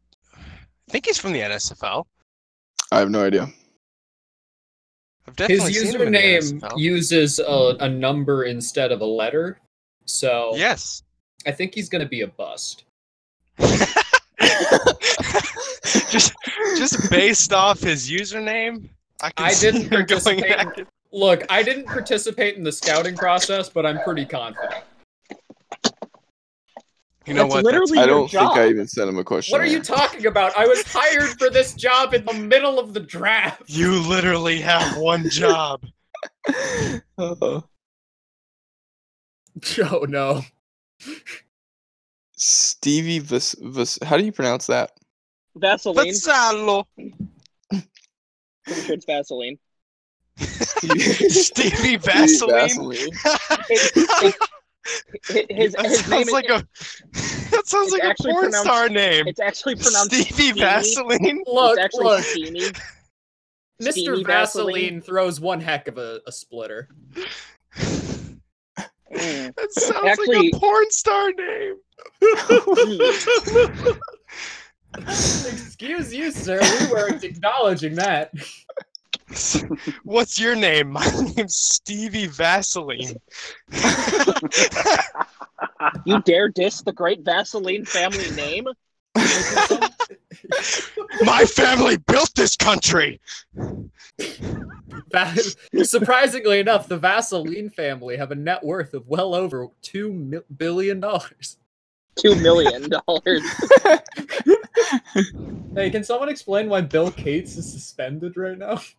[SPEAKER 2] think he's from the NSFL.
[SPEAKER 1] I have no idea.
[SPEAKER 2] I've
[SPEAKER 5] His
[SPEAKER 2] definitely seen him in the
[SPEAKER 5] username
[SPEAKER 2] NSFL.
[SPEAKER 5] uses a, a number instead of a letter, so
[SPEAKER 2] Yes.
[SPEAKER 5] I think he's gonna be a bust.
[SPEAKER 2] just just based off his username, I can
[SPEAKER 5] I
[SPEAKER 2] see
[SPEAKER 5] didn't
[SPEAKER 2] you're going
[SPEAKER 5] participate in-
[SPEAKER 2] back.
[SPEAKER 5] Look, I didn't participate in the scouting process, but I'm pretty confident.
[SPEAKER 2] You know
[SPEAKER 4] That's
[SPEAKER 2] what?
[SPEAKER 4] literally
[SPEAKER 1] I
[SPEAKER 2] That's-
[SPEAKER 4] your
[SPEAKER 1] don't think
[SPEAKER 4] job.
[SPEAKER 1] I even sent him a question.
[SPEAKER 5] What are you talking about? I was hired for this job in the middle of the draft.
[SPEAKER 2] you literally have one job.
[SPEAKER 1] Uh,
[SPEAKER 5] (laughs) Joe, no.
[SPEAKER 1] Stevie Vis- Vis- How do you pronounce that? (laughs)
[SPEAKER 4] Vaseline.
[SPEAKER 2] Vassalo.
[SPEAKER 4] Pretty sure it's Vaseline.
[SPEAKER 2] Stevie
[SPEAKER 1] Vaseline.
[SPEAKER 2] Vaseline.
[SPEAKER 1] (laughs)
[SPEAKER 4] Hi- His,
[SPEAKER 2] that
[SPEAKER 4] his name
[SPEAKER 2] sounds
[SPEAKER 4] is,
[SPEAKER 2] like a (laughs) that sounds
[SPEAKER 4] it's
[SPEAKER 2] like a
[SPEAKER 4] actually
[SPEAKER 2] porn
[SPEAKER 4] pronounced-
[SPEAKER 2] star name.
[SPEAKER 4] it's actually pronounced
[SPEAKER 2] Stevie
[SPEAKER 4] Stevie.
[SPEAKER 2] Vaseline.
[SPEAKER 5] Look,
[SPEAKER 4] it's actually
[SPEAKER 5] look.
[SPEAKER 4] steamy.
[SPEAKER 5] Mr.
[SPEAKER 4] Steamy
[SPEAKER 5] Vaseline,
[SPEAKER 4] Vaseline.
[SPEAKER 5] throws one heck of a,
[SPEAKER 2] (laughs)
[SPEAKER 5] a splitter.
[SPEAKER 4] Mm. (laughs)
[SPEAKER 2] That sounds
[SPEAKER 4] Actually-
[SPEAKER 2] like a porn star name.
[SPEAKER 4] Mm.
[SPEAKER 5] Excuse you, sir. We weren't
[SPEAKER 2] (laughs)
[SPEAKER 5] acknowledging that.
[SPEAKER 2] What's your name? My (laughs) name's Stevie Vaseline.
[SPEAKER 4] You dare diss the great Vaseline family name?
[SPEAKER 2] My family built this country.
[SPEAKER 5] (laughs) Va- Surprisingly enough, the Vaseline family have a net worth of well over two mil- billion dollars.
[SPEAKER 4] Two million dollars.
[SPEAKER 5] Hey, can someone explain why Bill Gates is suspended right now? (laughs)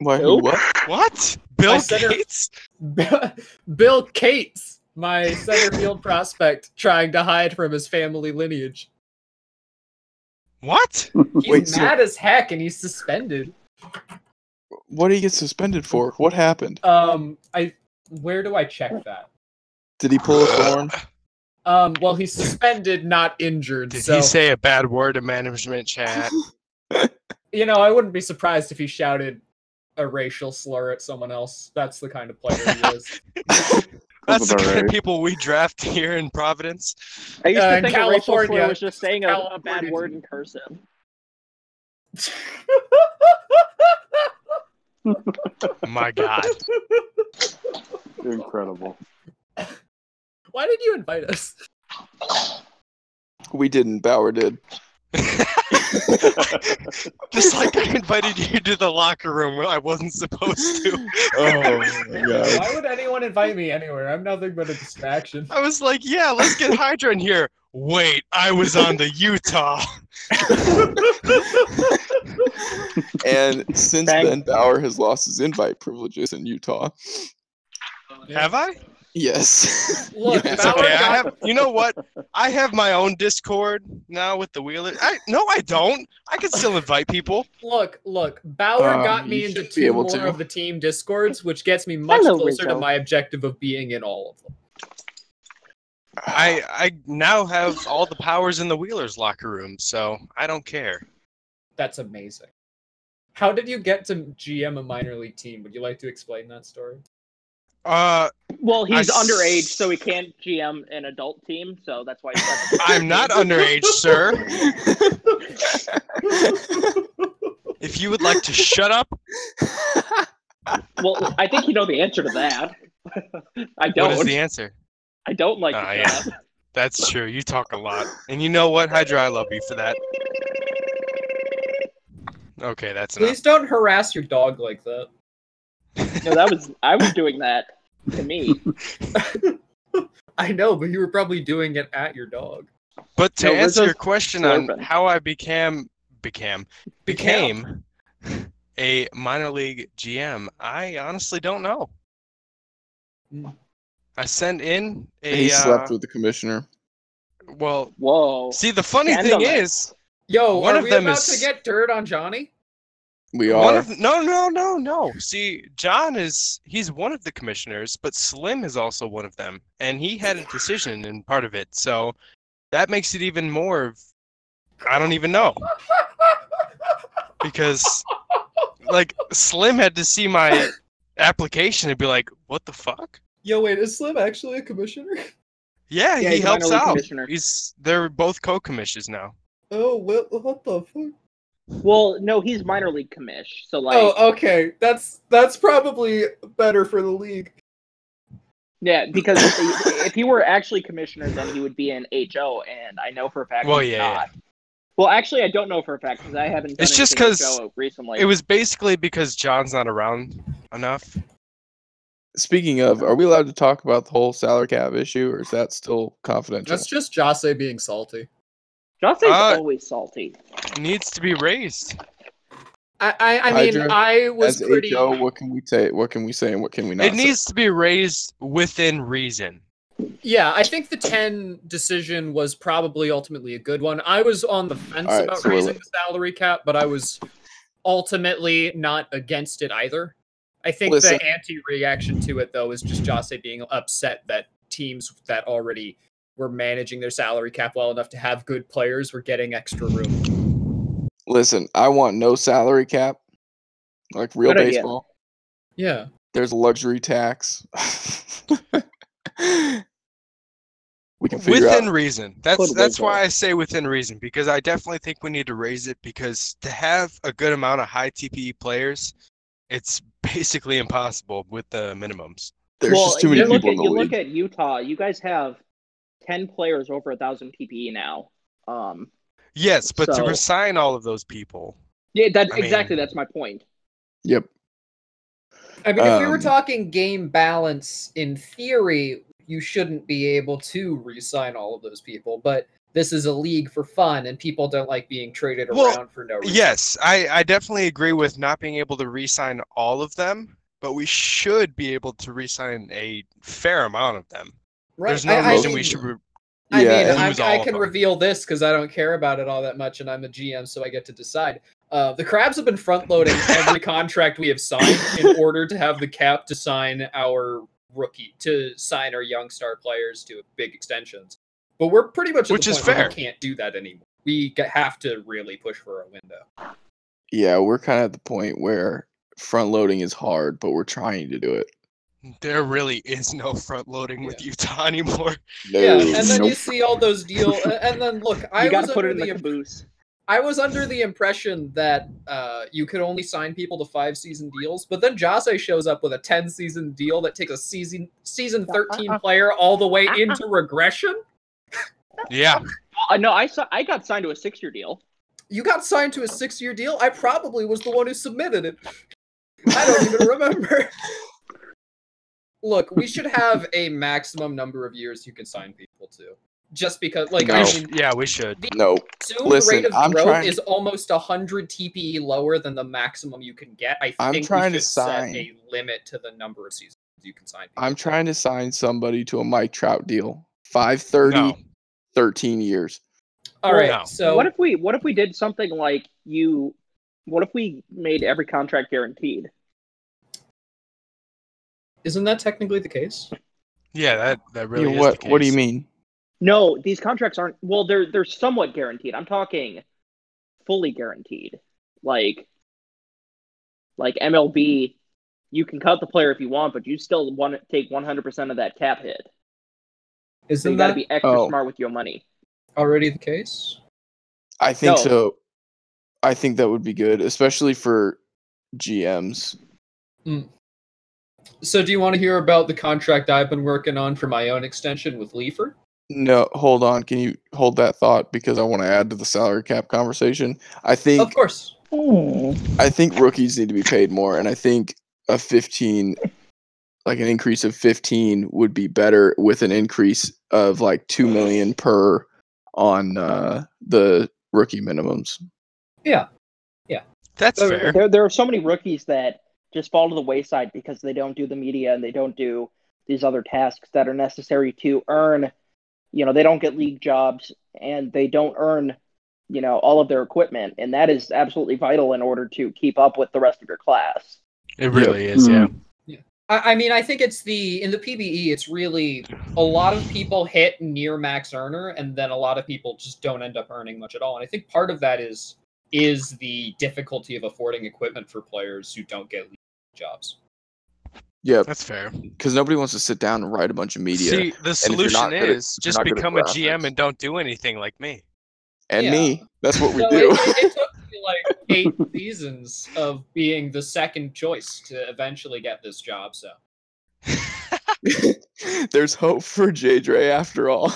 [SPEAKER 1] Why?
[SPEAKER 4] Who?
[SPEAKER 1] What?
[SPEAKER 2] What? Bill
[SPEAKER 5] My center-
[SPEAKER 2] Gates?
[SPEAKER 5] Bill Gates, my (laughs) center field prospect, trying to hide from his family lineage.
[SPEAKER 2] What?
[SPEAKER 5] He's
[SPEAKER 1] Wait, so-
[SPEAKER 5] mad as heck, and he's suspended.
[SPEAKER 1] What did he get suspended for? What happened?
[SPEAKER 5] Um, I where do I check that?
[SPEAKER 1] Did he pull a thorn?
[SPEAKER 5] Um, well, he's suspended, not injured.
[SPEAKER 2] Did
[SPEAKER 5] so
[SPEAKER 2] he say a bad word in management (laughs) chat?
[SPEAKER 5] you know, I wouldn't be surprised if he shouted a racial slur at someone else. That's the kind of
[SPEAKER 2] (laughs)
[SPEAKER 5] player he is.
[SPEAKER 2] That's the
[SPEAKER 3] about
[SPEAKER 2] kind of
[SPEAKER 3] right.
[SPEAKER 2] people we draft here in Providence.
[SPEAKER 4] I used
[SPEAKER 5] Uh,
[SPEAKER 4] to
[SPEAKER 5] in
[SPEAKER 4] think a racial
[SPEAKER 5] California-
[SPEAKER 4] slur was just saying a, a bad
[SPEAKER 5] California.
[SPEAKER 4] word in cursive.
[SPEAKER 2] My God.
[SPEAKER 3] Incredible. (laughs)
[SPEAKER 5] (laughs) Why did you invite us?
[SPEAKER 1] we didn't. Bauer did.
[SPEAKER 2] Just like I invited you to the locker room when I wasn't supposed to.
[SPEAKER 1] oh my god.
[SPEAKER 5] Why would anyone invite me anywhere? I'm nothing but a distraction.
[SPEAKER 2] I was like, yeah, let's get Hydra in here. Wait, I was on the Utah.
[SPEAKER 1] And since
[SPEAKER 4] Thank-
[SPEAKER 1] then, Bauer has lost his invite privileges in Utah.
[SPEAKER 2] Have I?
[SPEAKER 1] Yes. (laughs)
[SPEAKER 5] Look,
[SPEAKER 1] Yes.
[SPEAKER 2] It's
[SPEAKER 5] Bauer
[SPEAKER 2] okay. I
[SPEAKER 5] got-
[SPEAKER 2] have. You know what? I have my own Discord now with the Wheeler. I no, I don't. I can still invite people.
[SPEAKER 5] Look, look, Bauer
[SPEAKER 1] Um,
[SPEAKER 5] got me
[SPEAKER 1] you
[SPEAKER 5] into
[SPEAKER 1] should be
[SPEAKER 5] two
[SPEAKER 1] able
[SPEAKER 5] more
[SPEAKER 1] to.
[SPEAKER 5] of the team discords, which gets me much
[SPEAKER 7] Hello,
[SPEAKER 5] closer to
[SPEAKER 7] Rizzo.
[SPEAKER 5] my objective of being in all of them.
[SPEAKER 2] I I now have all the powers in the Wheelers locker room, so I don't care.
[SPEAKER 5] That's amazing. How did you get to GM a minor league team? Would you like to explain that story?
[SPEAKER 2] Uh,
[SPEAKER 4] Well, he's
[SPEAKER 2] I s-
[SPEAKER 4] underage, so he can't GM an adult team, so that's why. He's got
[SPEAKER 2] (laughs)
[SPEAKER 4] the-
[SPEAKER 2] I'm not underage, (laughs) sir. If you would like to shut up,
[SPEAKER 4] well, I think you know the answer to that. (laughs) I
[SPEAKER 2] what is
[SPEAKER 4] don't.
[SPEAKER 2] the answer?
[SPEAKER 4] I don't like.
[SPEAKER 2] Ah,
[SPEAKER 4] to
[SPEAKER 2] yeah.
[SPEAKER 4] shut up.
[SPEAKER 2] That's true. You talk a lot, and you know what, Hydra? I love you for that. Okay, that's enough.
[SPEAKER 5] Please don't harass your dog like that.
[SPEAKER 4] No, that was I was doing that
[SPEAKER 2] (laughs)
[SPEAKER 4] to me.
[SPEAKER 5] I know, but you were probably doing it at your dog.
[SPEAKER 2] But to
[SPEAKER 4] No, we're
[SPEAKER 2] answer your
[SPEAKER 4] just
[SPEAKER 2] question on
[SPEAKER 4] slurping.
[SPEAKER 2] how I became became became a minor league GM, I honestly don't know.
[SPEAKER 5] Mm.
[SPEAKER 2] I sent in a
[SPEAKER 1] he slept
[SPEAKER 2] uh,
[SPEAKER 1] with the commissioner.
[SPEAKER 2] well.
[SPEAKER 4] Whoa.
[SPEAKER 2] See, the funny
[SPEAKER 4] Stand
[SPEAKER 2] thing
[SPEAKER 4] on it.
[SPEAKER 2] is,
[SPEAKER 5] Yo,
[SPEAKER 2] One
[SPEAKER 5] are
[SPEAKER 2] of
[SPEAKER 5] we
[SPEAKER 2] them
[SPEAKER 5] about
[SPEAKER 2] is-
[SPEAKER 5] to get dirt on Johnny?
[SPEAKER 1] We
[SPEAKER 2] one
[SPEAKER 1] are.
[SPEAKER 2] of no, no, no, no. See, John is he's one of the commissioners, but Slim is also one of them, and he had a decision in part of it. So that makes it even more. Of, I don't even know. because like Slim had to see my application and be like, "What the fuck?"
[SPEAKER 5] Yo, wait, is Slim actually a commissioner? (laughs)
[SPEAKER 2] Yeah,
[SPEAKER 4] Yeah,
[SPEAKER 2] he
[SPEAKER 4] he's a minor
[SPEAKER 2] helps
[SPEAKER 4] league
[SPEAKER 2] out.
[SPEAKER 4] commissioner.
[SPEAKER 2] He's they're both co-commissions now.
[SPEAKER 5] Oh, what, what the fuck?
[SPEAKER 4] Well, no, he's minor league commish. So like,
[SPEAKER 5] oh, okay. That's that's probably better for the league.
[SPEAKER 4] yeah, because if, he- if he were actually commissioner, then he would be an HO, and I know for a fact
[SPEAKER 2] Well,
[SPEAKER 4] he's
[SPEAKER 2] yeah, yeah.
[SPEAKER 4] not. Well, actually, I don't know for a fact because I haven't. Done
[SPEAKER 2] It's just
[SPEAKER 4] anything
[SPEAKER 2] 'cause
[SPEAKER 4] HO recently.
[SPEAKER 2] It was basically because John's not around enough.
[SPEAKER 1] Speaking of, are we allowed to talk about the whole salary cap issue, or is that still confidential?
[SPEAKER 5] That's just Jose being salty.
[SPEAKER 4] Jocelyn's
[SPEAKER 2] uh,
[SPEAKER 4] always salty.
[SPEAKER 2] Needs to be raised.
[SPEAKER 5] I I, I mean,
[SPEAKER 1] Hydra,
[SPEAKER 5] I was
[SPEAKER 1] As
[SPEAKER 5] pretty.
[SPEAKER 1] HO, what can we say? What can we say and what can we not?
[SPEAKER 2] It
[SPEAKER 1] say?
[SPEAKER 2] needs to be raised within reason.
[SPEAKER 5] Yeah, I think the ten decision was probably ultimately a good one. I was on the fence
[SPEAKER 1] All right,
[SPEAKER 5] about
[SPEAKER 1] so we're
[SPEAKER 5] raising
[SPEAKER 1] li-
[SPEAKER 5] the salary cap, but I was ultimately not against it either. I think
[SPEAKER 1] Listen.
[SPEAKER 5] the anti-reaction to it though is just Jose being upset that teams that already were managing their salary cap well enough to have good players were getting extra room.
[SPEAKER 1] Listen, I want no salary cap. Like real
[SPEAKER 4] Good idea.
[SPEAKER 1] baseball.
[SPEAKER 5] Yeah.
[SPEAKER 1] There's a luxury tax. (laughs) we can figure
[SPEAKER 2] Within
[SPEAKER 1] out.
[SPEAKER 2] reason. That's
[SPEAKER 4] Totally
[SPEAKER 2] that's why
[SPEAKER 4] fair.
[SPEAKER 2] I say within reason because I definitely think we need to raise it because to have a good amount of high TPE players, it's basically impossible with the minimums.
[SPEAKER 1] There's
[SPEAKER 4] well,
[SPEAKER 1] just too
[SPEAKER 4] you
[SPEAKER 1] many
[SPEAKER 4] look
[SPEAKER 1] people
[SPEAKER 4] at,
[SPEAKER 1] in the
[SPEAKER 4] you
[SPEAKER 1] league.
[SPEAKER 4] look at Utah. You guys have ten players over a thousand PPE now. Um,
[SPEAKER 2] Yes, but to
[SPEAKER 4] So-
[SPEAKER 2] resign all of those people.
[SPEAKER 4] yeah, that's
[SPEAKER 2] I mean-
[SPEAKER 4] exactly that's my point.
[SPEAKER 1] yep.
[SPEAKER 5] I mean, if we were
[SPEAKER 1] Um,
[SPEAKER 5] talking game balance, in theory, you shouldn't be able to re-sign all of those people. But this is a league for fun, and people don't like being traded
[SPEAKER 2] Well,
[SPEAKER 5] around for no reason.
[SPEAKER 2] Yes, I, I definitely agree with not being able to re-sign all of them, but we should be able to re-sign a fair amount of them.
[SPEAKER 5] right.
[SPEAKER 2] There's no
[SPEAKER 5] I- I
[SPEAKER 2] reason we
[SPEAKER 5] mean-
[SPEAKER 2] should. Re-
[SPEAKER 5] I
[SPEAKER 1] Yeah,
[SPEAKER 5] mean,
[SPEAKER 1] and-
[SPEAKER 5] I'm,
[SPEAKER 2] Lose all
[SPEAKER 5] I
[SPEAKER 2] of
[SPEAKER 5] can
[SPEAKER 2] them.
[SPEAKER 5] reveal this because I don't care about it all that much, and I'm a GM, so I get to decide. Uh, the Crabs have been front loading
[SPEAKER 2] (laughs)
[SPEAKER 5] every contract we have signed in order to have the cap to sign our rookie, to sign our young star players to big extensions. But we're pretty much at
[SPEAKER 2] Which
[SPEAKER 5] the
[SPEAKER 2] is
[SPEAKER 5] point where
[SPEAKER 2] fair.
[SPEAKER 5] we can't do that anymore. We g- have to really push for a window.
[SPEAKER 1] Yeah, we're kind of at the point where front loading is hard, but we're trying to do it.
[SPEAKER 2] there really is no front loading with Utah (laughs) anymore.
[SPEAKER 1] No,
[SPEAKER 5] yeah, and then you
[SPEAKER 1] nope.
[SPEAKER 5] see all
[SPEAKER 2] (laughs)
[SPEAKER 5] those deal, uh, and then look, I
[SPEAKER 4] You got
[SPEAKER 5] was
[SPEAKER 4] to put
[SPEAKER 5] under
[SPEAKER 4] it in the
[SPEAKER 5] the
[SPEAKER 4] caboose.
[SPEAKER 5] I was under the impression that uh, you could only sign people to five season deals, but then Jose shows up with a ten season deal that takes a season season thirteen player all the way into regression.
[SPEAKER 2] Yeah,
[SPEAKER 4] Uh, no, I saw, I got signed to a six year deal.
[SPEAKER 5] You got signed to a six-year deal. I probably was the one who submitted it. I don't even remember. Look, we should have a maximum number of years you can sign people to. Just because, like, I
[SPEAKER 1] No.
[SPEAKER 5] mean,
[SPEAKER 2] Yeah, we should.
[SPEAKER 1] No,
[SPEAKER 5] Zoom
[SPEAKER 1] Listen,
[SPEAKER 5] rate of
[SPEAKER 1] I'm
[SPEAKER 5] growth
[SPEAKER 1] trying-
[SPEAKER 5] is almost 100 TPE E lower than the maximum you can get. I think
[SPEAKER 1] I'm
[SPEAKER 5] we
[SPEAKER 1] trying to
[SPEAKER 5] should set
[SPEAKER 1] sign-
[SPEAKER 5] a limit to the number of seasons you can sign.
[SPEAKER 1] I'm trying to sign somebody to a Mike Trout deal. 530,
[SPEAKER 2] No.
[SPEAKER 1] 13 years.
[SPEAKER 5] All right,
[SPEAKER 2] No.
[SPEAKER 5] so
[SPEAKER 4] what if we what if we did something like you? What if we made every contract guaranteed?
[SPEAKER 5] isn't that technically the case?
[SPEAKER 2] Yeah, that that
[SPEAKER 1] You know,
[SPEAKER 2] really. is
[SPEAKER 1] what
[SPEAKER 2] the
[SPEAKER 1] what do you
[SPEAKER 2] case.
[SPEAKER 1] mean?
[SPEAKER 4] No, these contracts aren't. Well, they're they're somewhat guaranteed. I'm talking fully guaranteed. Like like MLB, you can cut the player if you want, but you still want to take 100% of that cap hit. So
[SPEAKER 5] Isn't
[SPEAKER 4] you got to
[SPEAKER 5] that
[SPEAKER 4] be extra
[SPEAKER 1] Oh.
[SPEAKER 4] smart with your money.
[SPEAKER 5] already the case?
[SPEAKER 1] I think
[SPEAKER 4] No.
[SPEAKER 1] so. I think that would be good, especially for GMs.
[SPEAKER 5] So, do you want to hear about the contract I've been working on for my own extension with Leifer?
[SPEAKER 1] No, hold on. Can you hold that thought because I want to add to the salary cap conversation. I think
[SPEAKER 5] Of course.
[SPEAKER 1] I think rookies need to be paid more, and I think a 15, like an increase of 15, would be better with an increase of like two million per on uh, the rookie minimums.
[SPEAKER 2] That's
[SPEAKER 5] Uh,
[SPEAKER 2] fair.
[SPEAKER 4] There, there are so many rookies that just fall to the wayside because they don't do the media and they don't do these other tasks that are necessary to earn. You know, they don't get league jobs and they don't earn, you know, all of their equipment, and that is absolutely vital in order to keep up with the rest of your class.
[SPEAKER 2] It really is. Yeah.
[SPEAKER 1] Mm.
[SPEAKER 5] I, I mean, I think it's the in the PBE, it's really a lot of people hit near max earner, and then a lot of people just don't end up earning much at all. And I think part of that is is the difficulty of affording equipment for players who don't get league jobs.
[SPEAKER 1] Yeah,
[SPEAKER 2] That's fair.
[SPEAKER 1] because nobody wants to sit down and write a bunch of media.
[SPEAKER 2] See, the
[SPEAKER 1] you're
[SPEAKER 2] solution
[SPEAKER 1] not good at-
[SPEAKER 2] is
[SPEAKER 1] if you're
[SPEAKER 2] just
[SPEAKER 1] not good at
[SPEAKER 2] become a
[SPEAKER 1] graphics-
[SPEAKER 2] GM and don't do anything like
[SPEAKER 1] (laughs)
[SPEAKER 2] me.
[SPEAKER 1] and
[SPEAKER 5] yeah.
[SPEAKER 1] me, that's what we
[SPEAKER 5] So
[SPEAKER 1] do.
[SPEAKER 5] It, it- it took me like
[SPEAKER 1] (laughs)
[SPEAKER 5] eight seasons of being the second choice to eventually get this job. So
[SPEAKER 1] (laughs) There's hope for J. Dre after all.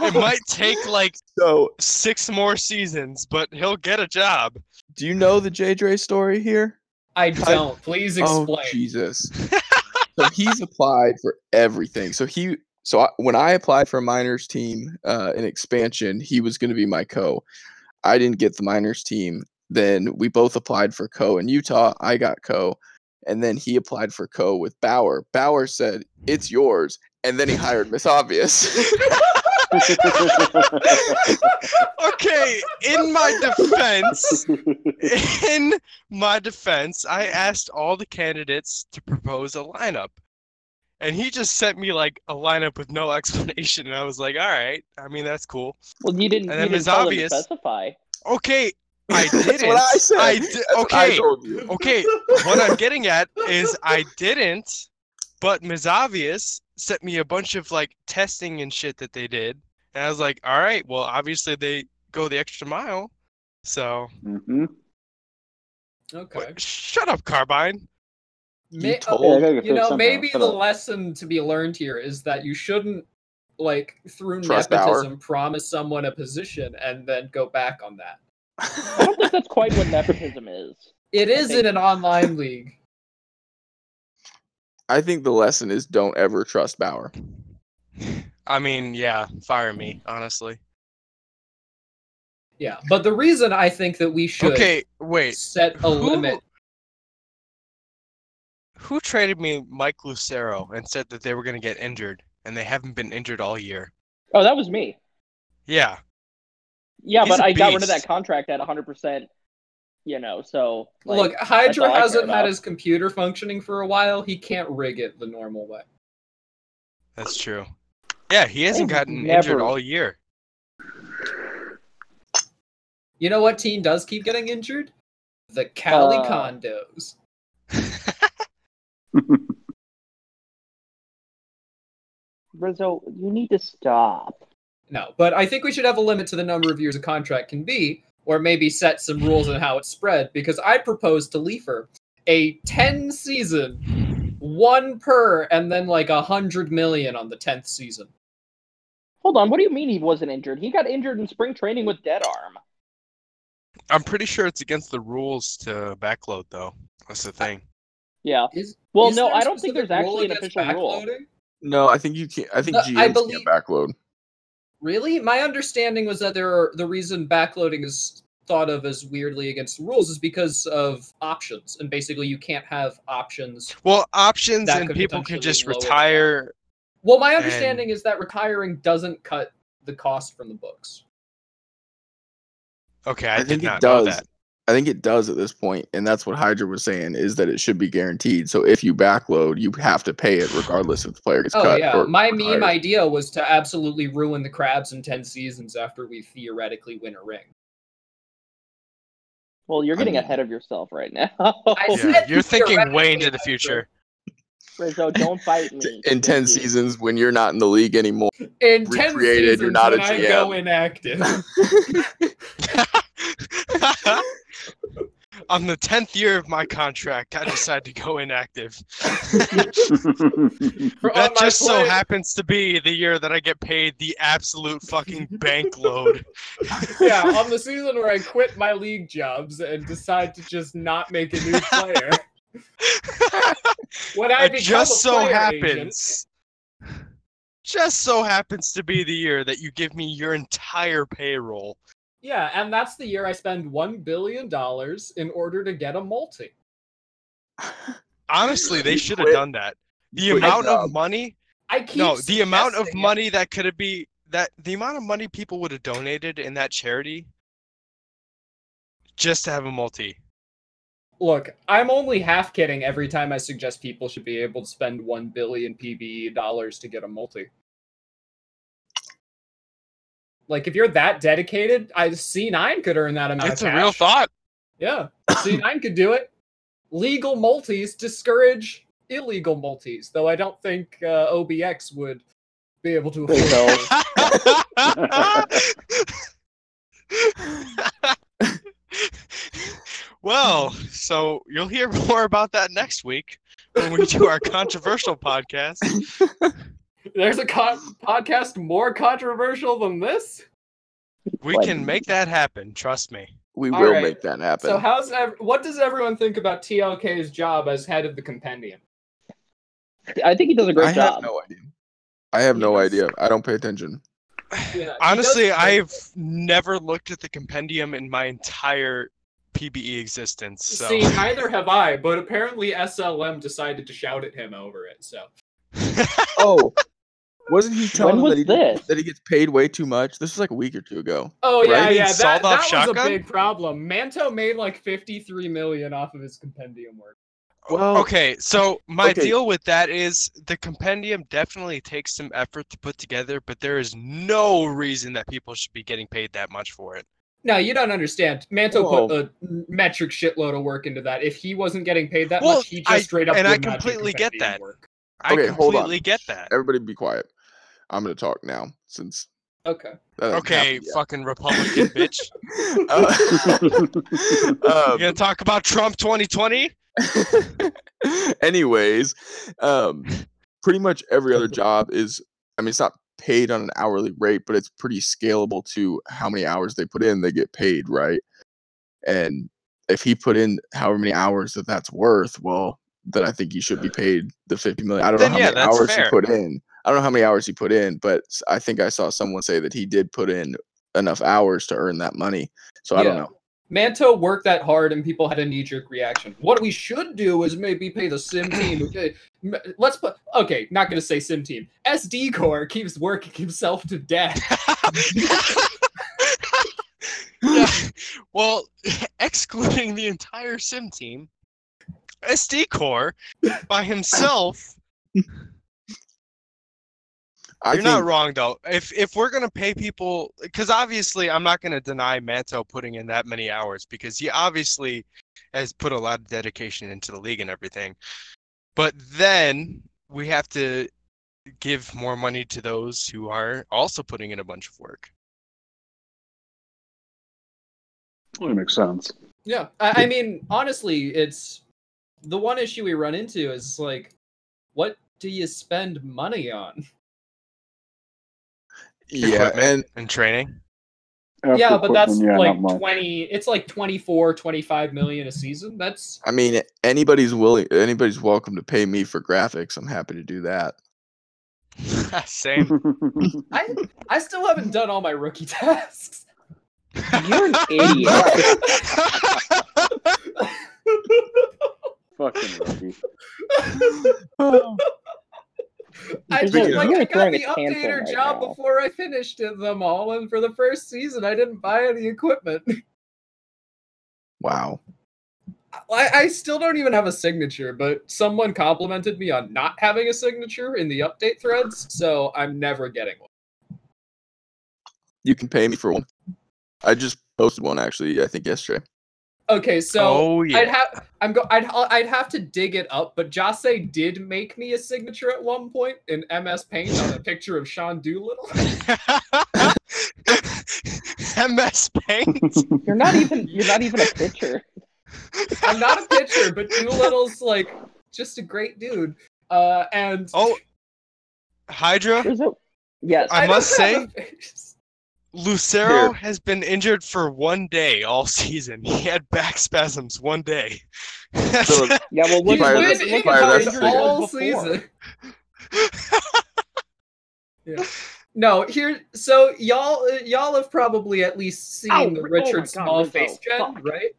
[SPEAKER 2] It might take like
[SPEAKER 1] (laughs) So,
[SPEAKER 2] six more seasons, but he'll get a job.
[SPEAKER 1] (laughs) do you know the J. Dre story here?
[SPEAKER 5] I don't. Please
[SPEAKER 1] Oh,
[SPEAKER 5] explain.
[SPEAKER 1] Jesus. so he's applied for everything. So he, so I, when I applied for a minors team uh, in expansion, he was going to be my co. I didn't get the minors team. Then we both applied for co in Utah. I got co. And then he applied for co with Bauer. Bauer said, it's yours. And then he hired Miss Obvious. (laughs)
[SPEAKER 2] Okay, in my defense, (laughs)
[SPEAKER 3] Mm-hmm.
[SPEAKER 2] in my defense, I asked all the candidates to propose a lineup. And he just sent me like a lineup with no (laughs) explanation. And I was like, all right, I mean, that's cool.
[SPEAKER 4] Well, you didn't,
[SPEAKER 2] And
[SPEAKER 4] you
[SPEAKER 2] then
[SPEAKER 4] didn't
[SPEAKER 2] Ms.
[SPEAKER 4] tell them to
[SPEAKER 2] Obvious-
[SPEAKER 4] specify.
[SPEAKER 2] Okay, I
[SPEAKER 1] (laughs) That's
[SPEAKER 2] didn't.
[SPEAKER 1] what I said.
[SPEAKER 2] I di-
[SPEAKER 1] That's what I
[SPEAKER 2] okay,
[SPEAKER 1] told you.
[SPEAKER 2] okay. What I'm getting at is I didn't, but Ms. Obvious sent me a bunch of like testing and shit that they did. And I was like, all right, well, obviously they go the extra mile. So,
[SPEAKER 3] hmm
[SPEAKER 5] Okay.
[SPEAKER 2] Wait, shut up, Carbine.
[SPEAKER 1] You
[SPEAKER 5] May- uh,
[SPEAKER 1] told-
[SPEAKER 3] Yeah, I gotta get
[SPEAKER 5] you
[SPEAKER 3] through it
[SPEAKER 5] know,
[SPEAKER 3] somehow.
[SPEAKER 5] maybe
[SPEAKER 3] Shut
[SPEAKER 5] the
[SPEAKER 3] up.
[SPEAKER 5] lesson to be learned here is that you shouldn't, like, through
[SPEAKER 1] Trust
[SPEAKER 5] nepotism, promise someone a position and then go back on that.
[SPEAKER 4] I don't think that's quite what nepotism is.
[SPEAKER 5] It is
[SPEAKER 4] think-
[SPEAKER 5] in an online league.
[SPEAKER 1] (laughs) I think the lesson is don't ever trust Bauer.
[SPEAKER 2] I mean, yeah, fire me, honestly.
[SPEAKER 5] Yeah. But the reason I think that we should
[SPEAKER 2] Okay, wait.
[SPEAKER 5] set a
[SPEAKER 2] Who-
[SPEAKER 5] limit.
[SPEAKER 2] Who traded me Mike Lucero and said that they were going to get injured and they haven't been injured all year?
[SPEAKER 4] Oh, that was me.
[SPEAKER 2] Yeah.
[SPEAKER 4] Yeah,
[SPEAKER 2] He's
[SPEAKER 4] but
[SPEAKER 2] a
[SPEAKER 4] I got rid of
[SPEAKER 2] beast.
[SPEAKER 4] that contract at 100%, you know, so. like,
[SPEAKER 5] Look, Hydra
[SPEAKER 4] all I care
[SPEAKER 5] hasn't had
[SPEAKER 4] about.
[SPEAKER 5] his computer functioning for a while. He can't rig it the normal way.
[SPEAKER 2] That's true. Yeah, he hasn't
[SPEAKER 4] They've
[SPEAKER 2] gotten injured
[SPEAKER 4] never-
[SPEAKER 2] all year.
[SPEAKER 5] You know what team does keep getting injured? The Cali
[SPEAKER 4] Uh,
[SPEAKER 5] Condos.
[SPEAKER 4] Rizzo, you need to stop.
[SPEAKER 5] No, but I think we should have a limit to the number of years a contract can be, or maybe set some rules on how it's spread. Because I propose to Leifer a ten season, one per, and then like a hundred million on the tenth season.
[SPEAKER 4] Hold on, what do you mean he wasn't injured? He got injured in spring training with dead arm.
[SPEAKER 2] I'm pretty sure it's against the rules to backload, though. That's the thing.
[SPEAKER 4] Yeah.
[SPEAKER 5] Is,
[SPEAKER 4] Well,
[SPEAKER 5] is
[SPEAKER 4] no,
[SPEAKER 5] there a
[SPEAKER 4] I don't think
[SPEAKER 5] specific
[SPEAKER 4] there's actually
[SPEAKER 5] rule
[SPEAKER 4] an
[SPEAKER 5] against
[SPEAKER 4] official rule.
[SPEAKER 5] backloading?
[SPEAKER 1] No, I think you can't. I think
[SPEAKER 5] No, I
[SPEAKER 1] GMs can't
[SPEAKER 5] believe-
[SPEAKER 1] backload.
[SPEAKER 5] Really? My understanding was that there are the reason backloading is thought of as weirdly against the rules is because of options, and basically you can't have options.
[SPEAKER 2] Well, options
[SPEAKER 5] That
[SPEAKER 2] and
[SPEAKER 5] could
[SPEAKER 2] people could
[SPEAKER 5] potentially
[SPEAKER 2] just
[SPEAKER 5] lower the
[SPEAKER 2] retire.
[SPEAKER 5] Well, my understanding is that retiring doesn't cut the cost from the books.
[SPEAKER 2] Okay, I,
[SPEAKER 1] I
[SPEAKER 2] did
[SPEAKER 1] think it
[SPEAKER 2] not know
[SPEAKER 1] does.
[SPEAKER 2] that.
[SPEAKER 1] I think it does at this point, and that's what Hydra was saying is that it should be guaranteed. So if you backload, you have to pay it regardless if the player gets
[SPEAKER 5] Oh
[SPEAKER 1] cut.
[SPEAKER 5] yeah,
[SPEAKER 1] or
[SPEAKER 5] my
[SPEAKER 1] retired.
[SPEAKER 5] meme idea was to absolutely ruin the Crabs in ten seasons after we theoretically win a ring.
[SPEAKER 4] Well, you're
[SPEAKER 1] I
[SPEAKER 4] getting
[SPEAKER 1] mean-
[SPEAKER 4] ahead of yourself right now. (laughs)
[SPEAKER 5] said-
[SPEAKER 2] Yeah, you're thinking way
[SPEAKER 5] theoretically
[SPEAKER 2] into the
[SPEAKER 5] that's
[SPEAKER 2] future.
[SPEAKER 4] Rizzo, don't fight me.
[SPEAKER 1] (laughs) in ten
[SPEAKER 4] Thank you.
[SPEAKER 1] seasons when you're not in the league
[SPEAKER 5] (laughs)
[SPEAKER 1] anymore.
[SPEAKER 5] In ten
[SPEAKER 1] Recreated, you're
[SPEAKER 5] seasons,
[SPEAKER 1] not a
[SPEAKER 5] when I go
[SPEAKER 1] GM. (laughs)
[SPEAKER 5] inactive.
[SPEAKER 2] (laughs) On the tenth year of my contract, I decide to go inactive.
[SPEAKER 5] (laughs) For- on
[SPEAKER 2] That
[SPEAKER 5] my
[SPEAKER 2] just so
[SPEAKER 5] play-
[SPEAKER 2] happens to be the year that I get paid the absolute fucking
[SPEAKER 5] (laughs)
[SPEAKER 2] bank load. (laughs)
[SPEAKER 5] yeah, on the season where I quit my league jobs and decide to just not make a
[SPEAKER 2] (laughs)
[SPEAKER 5] new player. when I
[SPEAKER 2] It
[SPEAKER 5] become
[SPEAKER 2] just
[SPEAKER 5] a
[SPEAKER 2] so
[SPEAKER 5] player
[SPEAKER 2] happens.
[SPEAKER 5] agent-
[SPEAKER 2] Just so happens to be the year that you give me your entire payroll.
[SPEAKER 5] yeah, and that's the year I spend one billion dollars in order to get a multi.
[SPEAKER 2] Honestly, they
[SPEAKER 1] You
[SPEAKER 2] should have
[SPEAKER 1] quit-
[SPEAKER 2] done that. The
[SPEAKER 1] quit your
[SPEAKER 2] amount of
[SPEAKER 1] job.
[SPEAKER 2] money
[SPEAKER 5] I keep
[SPEAKER 2] no the amount of
[SPEAKER 5] suggesting it.
[SPEAKER 2] money that could have be that the amount of money people would have donated in that charity just to have a multi
[SPEAKER 5] Look, I'm only half kidding every time I suggest people should be able to spend one billion PBE dollars to get a multi. Like if you're that dedicated, I C9 could earn that amount
[SPEAKER 2] it's
[SPEAKER 5] of
[SPEAKER 2] a
[SPEAKER 5] cash.
[SPEAKER 2] real thought
[SPEAKER 5] Yeah, C9 could do it. Legal multis discourage illegal multis, though I don't think uh, OBX would be able to afford
[SPEAKER 4] Bingo.
[SPEAKER 5] those.
[SPEAKER 2] (laughs) well so you'll hear more about that next week when we do our controversial podcast
[SPEAKER 5] (laughs) There's a co- podcast more controversial than this.
[SPEAKER 2] we can make that happen trust me
[SPEAKER 1] We
[SPEAKER 5] All
[SPEAKER 1] will
[SPEAKER 5] right.
[SPEAKER 1] make that happen.
[SPEAKER 5] So, how's ev- what does everyone think about TLK's job as head of the compendium?
[SPEAKER 4] I think he does a
[SPEAKER 1] I
[SPEAKER 4] great
[SPEAKER 1] have
[SPEAKER 4] job.
[SPEAKER 1] no idea. I have no
[SPEAKER 5] Yes.
[SPEAKER 1] idea. I don't pay attention.
[SPEAKER 5] Yeah, he
[SPEAKER 2] Honestly,
[SPEAKER 5] does-
[SPEAKER 2] I've never looked at the compendium in my entire PBE existence. So
[SPEAKER 5] see neither have I, but apparently SLM decided to shout at him over it. So,
[SPEAKER 1] Oh, wasn't he telling
[SPEAKER 4] was
[SPEAKER 1] them that he,
[SPEAKER 4] this?
[SPEAKER 1] that he gets paid way too much? This was like a week or two ago.
[SPEAKER 5] oh yeah,
[SPEAKER 2] Right?
[SPEAKER 5] yeah, that,
[SPEAKER 2] Sawed-off
[SPEAKER 5] that was a
[SPEAKER 2] shotgun?
[SPEAKER 5] big problem. Manto made like 53 million off of his compendium work.
[SPEAKER 1] Well,
[SPEAKER 2] okay, so my
[SPEAKER 1] Okay.
[SPEAKER 2] deal with that is the compendium definitely takes some effort to put together, but there is no reason that people should be getting paid that much for it.
[SPEAKER 5] No, you don't understand. Manto
[SPEAKER 1] Whoa.
[SPEAKER 5] put a metric shitload of work into that. If he wasn't getting paid that
[SPEAKER 2] Well,
[SPEAKER 5] much, he just
[SPEAKER 2] I-
[SPEAKER 5] straight up
[SPEAKER 2] and
[SPEAKER 5] would
[SPEAKER 2] I
[SPEAKER 5] not do
[SPEAKER 2] completely get
[SPEAKER 5] compendium
[SPEAKER 2] that.
[SPEAKER 5] Work.
[SPEAKER 2] I
[SPEAKER 1] Okay, hold on.
[SPEAKER 2] completely get that.
[SPEAKER 1] everybody be quiet. I'm gonna talk now since
[SPEAKER 5] Okay.
[SPEAKER 1] that hasn't
[SPEAKER 2] Okay,
[SPEAKER 1] happened yet.
[SPEAKER 2] fucking
[SPEAKER 1] (laughs)
[SPEAKER 2] Republican bitch.
[SPEAKER 1] Uh,
[SPEAKER 2] You
[SPEAKER 1] (laughs)
[SPEAKER 2] (laughs)
[SPEAKER 1] um,
[SPEAKER 2] gonna talk about Trump
[SPEAKER 1] (laughs)
[SPEAKER 2] 2020?
[SPEAKER 1] anyways, um, pretty much every
[SPEAKER 2] (laughs)
[SPEAKER 1] other job is, I mean, it's not paid on an hourly rate, but it's pretty scalable to how many hours they put in, they get paid, right? And if he put in however many hours that that's worth, well, then I think he should be paid the 50 million. I don't
[SPEAKER 2] Then
[SPEAKER 1] know how
[SPEAKER 2] yeah,
[SPEAKER 1] many
[SPEAKER 2] that's
[SPEAKER 1] hours
[SPEAKER 2] fair.
[SPEAKER 1] he put in. I don't know how many hours he put in, but s- I think I saw someone say that he did put in enough hours to earn that money. So I don't
[SPEAKER 5] Yeah.
[SPEAKER 1] know.
[SPEAKER 5] Manto worked that hard and people had a knee jerk reaction. What we should do is maybe pay the
[SPEAKER 3] (clears throat)
[SPEAKER 5] sim team. okay, m- Let's put. Okay, not going to say sim team. SD Core keeps working himself to death.
[SPEAKER 3] (laughs)
[SPEAKER 2] Yeah, (laughs) well, (laughs) excluding the entire sim team, SD Core by himself.
[SPEAKER 1] I
[SPEAKER 2] you're not
[SPEAKER 1] think-
[SPEAKER 2] wrong though. If if we're gonna pay people, because obviously I'm not gonna deny Manto putting in that many hours because he obviously has put a lot of dedication into the league and everything. But then we have to give more money to those who are also putting in a bunch of work.
[SPEAKER 3] (laughs) That makes sense.
[SPEAKER 5] Yeah, I, I mean, honestly, it's the one issue we run into is like, what do you spend money on?
[SPEAKER 1] yeah,
[SPEAKER 2] Equipment.
[SPEAKER 1] and
[SPEAKER 2] and
[SPEAKER 4] (laughs)
[SPEAKER 2] training. (laughs)
[SPEAKER 3] After
[SPEAKER 5] yeah, but that's
[SPEAKER 3] Portland, yeah,
[SPEAKER 5] like
[SPEAKER 3] not much.
[SPEAKER 5] 20, it's like 24, 25 million a season. That's
[SPEAKER 1] I mean anybody's willing, anybody's welcome to pay me for graphics. I'm happy to do that.
[SPEAKER 2] Same.
[SPEAKER 5] I I still haven't done all my rookie (laughs) tasks.
[SPEAKER 4] (laughs)
[SPEAKER 1] (laughs)
[SPEAKER 4] You're an idiot.
[SPEAKER 3] (laughs)
[SPEAKER 2] (laughs)
[SPEAKER 3] Fucking rookie.
[SPEAKER 5] I
[SPEAKER 4] You're
[SPEAKER 5] just
[SPEAKER 1] Speaking of-
[SPEAKER 5] like
[SPEAKER 4] you're
[SPEAKER 5] I got
[SPEAKER 4] throwing a
[SPEAKER 5] the
[SPEAKER 4] tantrum
[SPEAKER 5] updater
[SPEAKER 4] right
[SPEAKER 5] job
[SPEAKER 4] now.
[SPEAKER 5] before I finished it- them all, and for the first season I didn't buy any equipment. (laughs)
[SPEAKER 1] Wow.
[SPEAKER 5] I, I still don't even have a signature, but someone complimented me on not having a signature in the update threads, so I'm never getting one.
[SPEAKER 1] You can pay me for one. I just posted one actually, I think yesterday.
[SPEAKER 5] Okay, so
[SPEAKER 2] oh
[SPEAKER 5] I'd
[SPEAKER 2] yeah.
[SPEAKER 5] have I'm go I'd I'd have to dig it up, but Jase did make me a signature at one point in MS Paint on a picture of Sean Doolittle.
[SPEAKER 2] (laughs) MS
[SPEAKER 4] (laughs)
[SPEAKER 2] Paint.
[SPEAKER 4] You're not even. You're not even a pitcher.
[SPEAKER 5] I'm
[SPEAKER 2] (laughs)
[SPEAKER 5] not a pitcher, but Doolittle's like just a great dude. Uh, and
[SPEAKER 2] Oh, Hydra.
[SPEAKER 4] There's a. Yes.
[SPEAKER 2] I must
[SPEAKER 5] don't have a-
[SPEAKER 2] Lucero
[SPEAKER 1] Here.
[SPEAKER 2] has been injured for one day all season. He had back spasms one day.
[SPEAKER 1] So
[SPEAKER 4] Yeah. Well, look
[SPEAKER 5] He's
[SPEAKER 1] Fire
[SPEAKER 4] at
[SPEAKER 1] Fired
[SPEAKER 5] been
[SPEAKER 1] that-
[SPEAKER 5] injured
[SPEAKER 1] fire that figure.
[SPEAKER 5] all season. (laughs) Yeah. No, here. So y'all, uh, y'all have probably at least seen
[SPEAKER 4] Ow,
[SPEAKER 5] the
[SPEAKER 4] oh my
[SPEAKER 5] Richard
[SPEAKER 4] God,
[SPEAKER 5] Small
[SPEAKER 4] Rizzo,
[SPEAKER 5] face gen,
[SPEAKER 4] fuck.
[SPEAKER 5] right?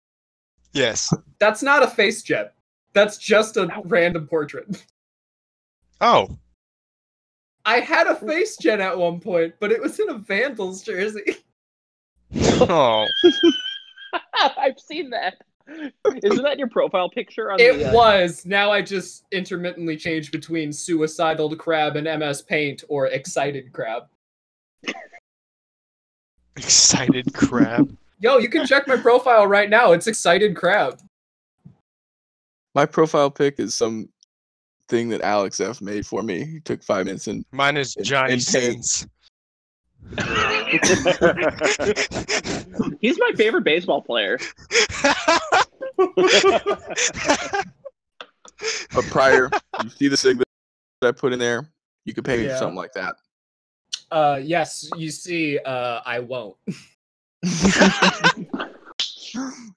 [SPEAKER 2] (laughs) yes.
[SPEAKER 5] That's not a face gen. That's just a
[SPEAKER 4] Ow.
[SPEAKER 5] random portrait.
[SPEAKER 2] Oh,
[SPEAKER 5] I had a face gen at one point, but it was in a Vandals jersey.
[SPEAKER 2] oh,
[SPEAKER 4] (laughs) I've seen that. Isn't that your profile picture on
[SPEAKER 5] It
[SPEAKER 4] the? uh,
[SPEAKER 5] was. Now I just intermittently change between suicidal crab and MS Paint or excited crab.
[SPEAKER 2] excited crab.
[SPEAKER 5] Yo, you can check my profile right now. It's excited crab.
[SPEAKER 1] my profile pic is some thing that Alex F made for me. He took five minutes and
[SPEAKER 2] Mine is
[SPEAKER 1] In-
[SPEAKER 2] Johnny
[SPEAKER 1] in paint.
[SPEAKER 2] Sins. (laughs)
[SPEAKER 4] He's my favorite baseball player.
[SPEAKER 1] but
[SPEAKER 5] (laughs)
[SPEAKER 1] prior you see the sig that I put in there, you could pay me
[SPEAKER 5] Yeah.
[SPEAKER 1] for something like that.
[SPEAKER 5] Uh, yes, you see, uh, I won't.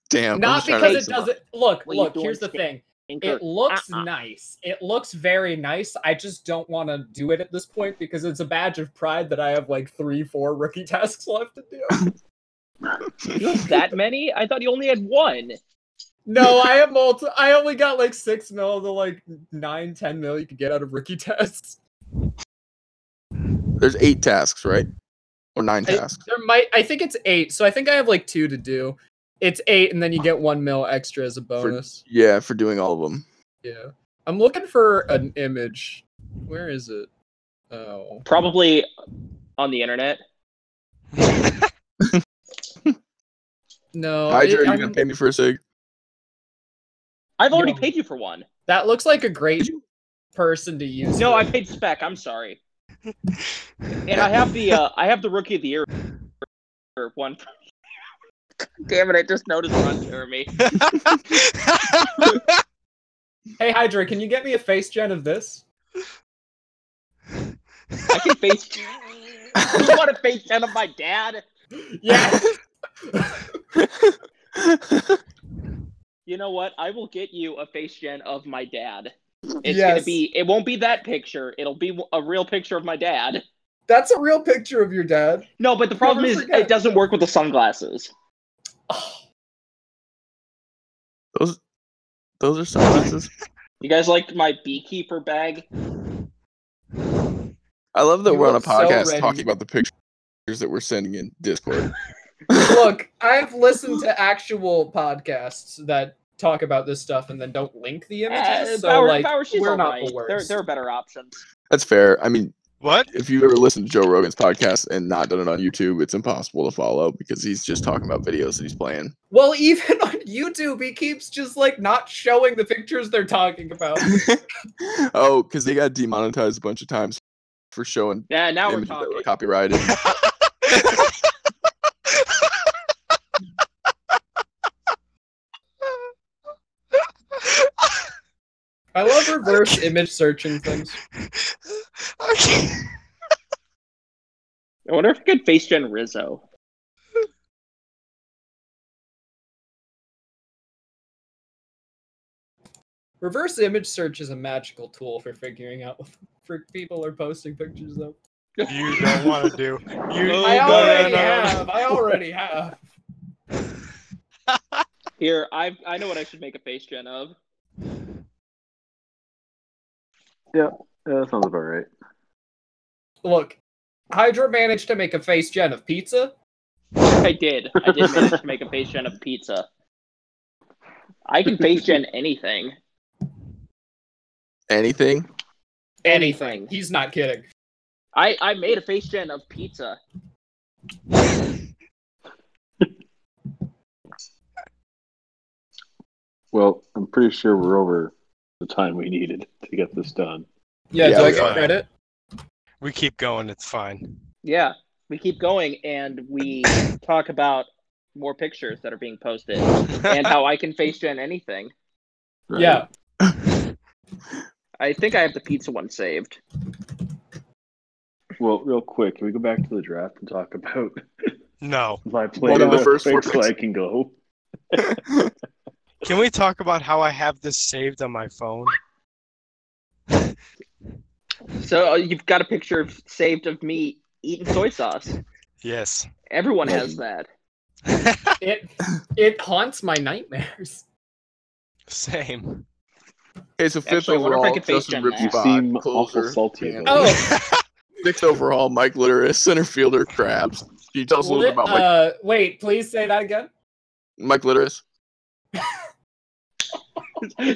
[SPEAKER 1] Damn. I'm
[SPEAKER 5] Not
[SPEAKER 1] just trying to
[SPEAKER 5] because
[SPEAKER 1] make
[SPEAKER 5] it
[SPEAKER 1] some money.
[SPEAKER 5] doesn't. Look,
[SPEAKER 4] Well, you
[SPEAKER 5] look.
[SPEAKER 4] don't
[SPEAKER 5] Here's the
[SPEAKER 4] stand-
[SPEAKER 5] thing. It looks
[SPEAKER 4] Uh-uh.
[SPEAKER 5] nice. It looks very nice. I just don't want to do it at this point because it's a badge of pride that I have like three, four rookie (laughs) tasks left to do.
[SPEAKER 4] You have that many? I thought you only had one.
[SPEAKER 5] no, I have multi. I only got like six mil of the like nine, ten mil you could get out of rookie (laughs) tasks.
[SPEAKER 1] There's eight tasks, right? Or nine
[SPEAKER 5] I-
[SPEAKER 1] tasks.
[SPEAKER 5] There might. I think it's eight. So I think I have like two to do. It's eight, and then you get one mil extra as a bonus.
[SPEAKER 1] Yeah, for doing all of them.
[SPEAKER 5] Yeah. I'm looking for an image. Where is it? Oh.
[SPEAKER 4] Probably on the internet.
[SPEAKER 5] No.
[SPEAKER 1] Hydra,
[SPEAKER 5] Oh, it-
[SPEAKER 1] are you
[SPEAKER 5] I'm-
[SPEAKER 1] gonna pay me for a sig?
[SPEAKER 4] I've already
[SPEAKER 5] No.
[SPEAKER 4] paid you for one.
[SPEAKER 5] that looks like a great person to use.
[SPEAKER 4] No,
[SPEAKER 5] for-
[SPEAKER 4] I paid Spec. I'm sorry. And I have the uh, I have the Rookie of the Year one. (laughs) Damn it! I just noticed it on Jeremy.
[SPEAKER 5] Hey, Hydra, can you get me a face gen
[SPEAKER 4] (laughs)
[SPEAKER 5] of this?
[SPEAKER 4] I can face. you want to face ten of my dad?
[SPEAKER 5] Yeah.
[SPEAKER 4] You know what? I will get you a face gen of my dad. It's gonna
[SPEAKER 5] Yes.
[SPEAKER 4] be. It won't be that picture. It'll be a real picture of my dad.
[SPEAKER 5] (laughs) That's a real picture of your dad.
[SPEAKER 4] No, but the problem
[SPEAKER 5] Never
[SPEAKER 4] is
[SPEAKER 5] forget.
[SPEAKER 4] it doesn't work with the sunglasses.
[SPEAKER 1] Those those are
[SPEAKER 5] (laughs)
[SPEAKER 1] sunglasses.
[SPEAKER 4] You guys like my beekeeper bag?
[SPEAKER 1] I love that
[SPEAKER 5] You
[SPEAKER 1] we're on a
[SPEAKER 5] look so
[SPEAKER 1] podcast
[SPEAKER 5] ready.
[SPEAKER 1] talking about the pictures that we're sending in Discord.
[SPEAKER 5] Look, I've listened to actual podcasts that talk about this stuff and then don't link the images.
[SPEAKER 4] Uh,
[SPEAKER 5] so
[SPEAKER 4] Bauer,
[SPEAKER 5] like
[SPEAKER 4] Bauer, she's
[SPEAKER 5] we're not
[SPEAKER 4] alright.
[SPEAKER 5] the worst.
[SPEAKER 4] There, there are better options.
[SPEAKER 1] That's fair. I mean,
[SPEAKER 2] what?
[SPEAKER 1] if you've ever listened to Joe Rogan's podcast and not done it on YouTube, it's impossible to follow because he's just talking about videos that he's playing. (laughs)
[SPEAKER 5] Well, (laughs) even on YouTube, he keeps just like not showing the pictures they're talking about.
[SPEAKER 1] oh, because they got demonetized a bunch of times for showing
[SPEAKER 4] Yeah, now we're
[SPEAKER 1] images that
[SPEAKER 4] talking.
[SPEAKER 1] were copyrighted.
[SPEAKER 5] I love
[SPEAKER 4] (laughs)
[SPEAKER 5] reverse image searching things.
[SPEAKER 2] Okay.
[SPEAKER 4] I wonder if he could face Gen Rizzo.
[SPEAKER 5] Reverse image search is a magical tool for figuring out what for people are posting pictures of.
[SPEAKER 2] You don't want to do. You
[SPEAKER 5] I
[SPEAKER 2] Oh, no, no,
[SPEAKER 5] already
[SPEAKER 2] no.
[SPEAKER 5] have. I already have.
[SPEAKER 4] Here, I I know what I should make a face gen of.
[SPEAKER 3] (laughs) Yeah, that sounds about right.
[SPEAKER 5] Look, Hydra managed to make a face gen of pizza.
[SPEAKER 4] I did. I did (laughs) manage to make a face gen of pizza. I can face (laughs) gen anything.
[SPEAKER 1] Anything?
[SPEAKER 4] Anything.
[SPEAKER 5] He's not kidding.
[SPEAKER 4] I, I made a face gen of pizza.
[SPEAKER 3] Well, I'm pretty sure we're over the time we needed to get this done.
[SPEAKER 5] Yeah,
[SPEAKER 1] Yeah,
[SPEAKER 5] do I
[SPEAKER 1] we
[SPEAKER 5] get
[SPEAKER 2] are.
[SPEAKER 5] credit?
[SPEAKER 2] We keep going. It's fine.
[SPEAKER 4] Yeah, we keep going and we talk about more pictures that are being posted and how I can face gen anything.
[SPEAKER 3] right?
[SPEAKER 5] Yeah.
[SPEAKER 4] I think I have the pizza one saved.
[SPEAKER 3] Well, real quick, can we go back to the draft and talk about
[SPEAKER 2] (laughs) no.
[SPEAKER 3] my plan?
[SPEAKER 1] One of the
[SPEAKER 3] real
[SPEAKER 1] first
[SPEAKER 3] quick
[SPEAKER 1] four
[SPEAKER 3] so I
[SPEAKER 1] picks.
[SPEAKER 3] can go.
[SPEAKER 2] Can we talk about how I have this saved on my phone?
[SPEAKER 4] So uh, you've got a picture of, saved of me eating soy sauce.
[SPEAKER 2] Yes.
[SPEAKER 4] Everyone has that.
[SPEAKER 5] It it haunts my nightmares.
[SPEAKER 2] Same.
[SPEAKER 1] Okay, so fifth
[SPEAKER 4] Actually, I wonder if I
[SPEAKER 1] overall,
[SPEAKER 4] could face
[SPEAKER 1] Justin
[SPEAKER 4] Gen
[SPEAKER 1] Ripspot.
[SPEAKER 4] that.
[SPEAKER 3] You seem awful
[SPEAKER 1] closer.
[SPEAKER 3] salty.
[SPEAKER 1] Yeah.
[SPEAKER 3] about it.
[SPEAKER 5] Oh,
[SPEAKER 1] Sixth overall, Mike Litteris, center fielder, Crabs. Can you tell us a little bit about Mike,
[SPEAKER 5] uh, wait, please say that again.
[SPEAKER 1] Mike Litteris?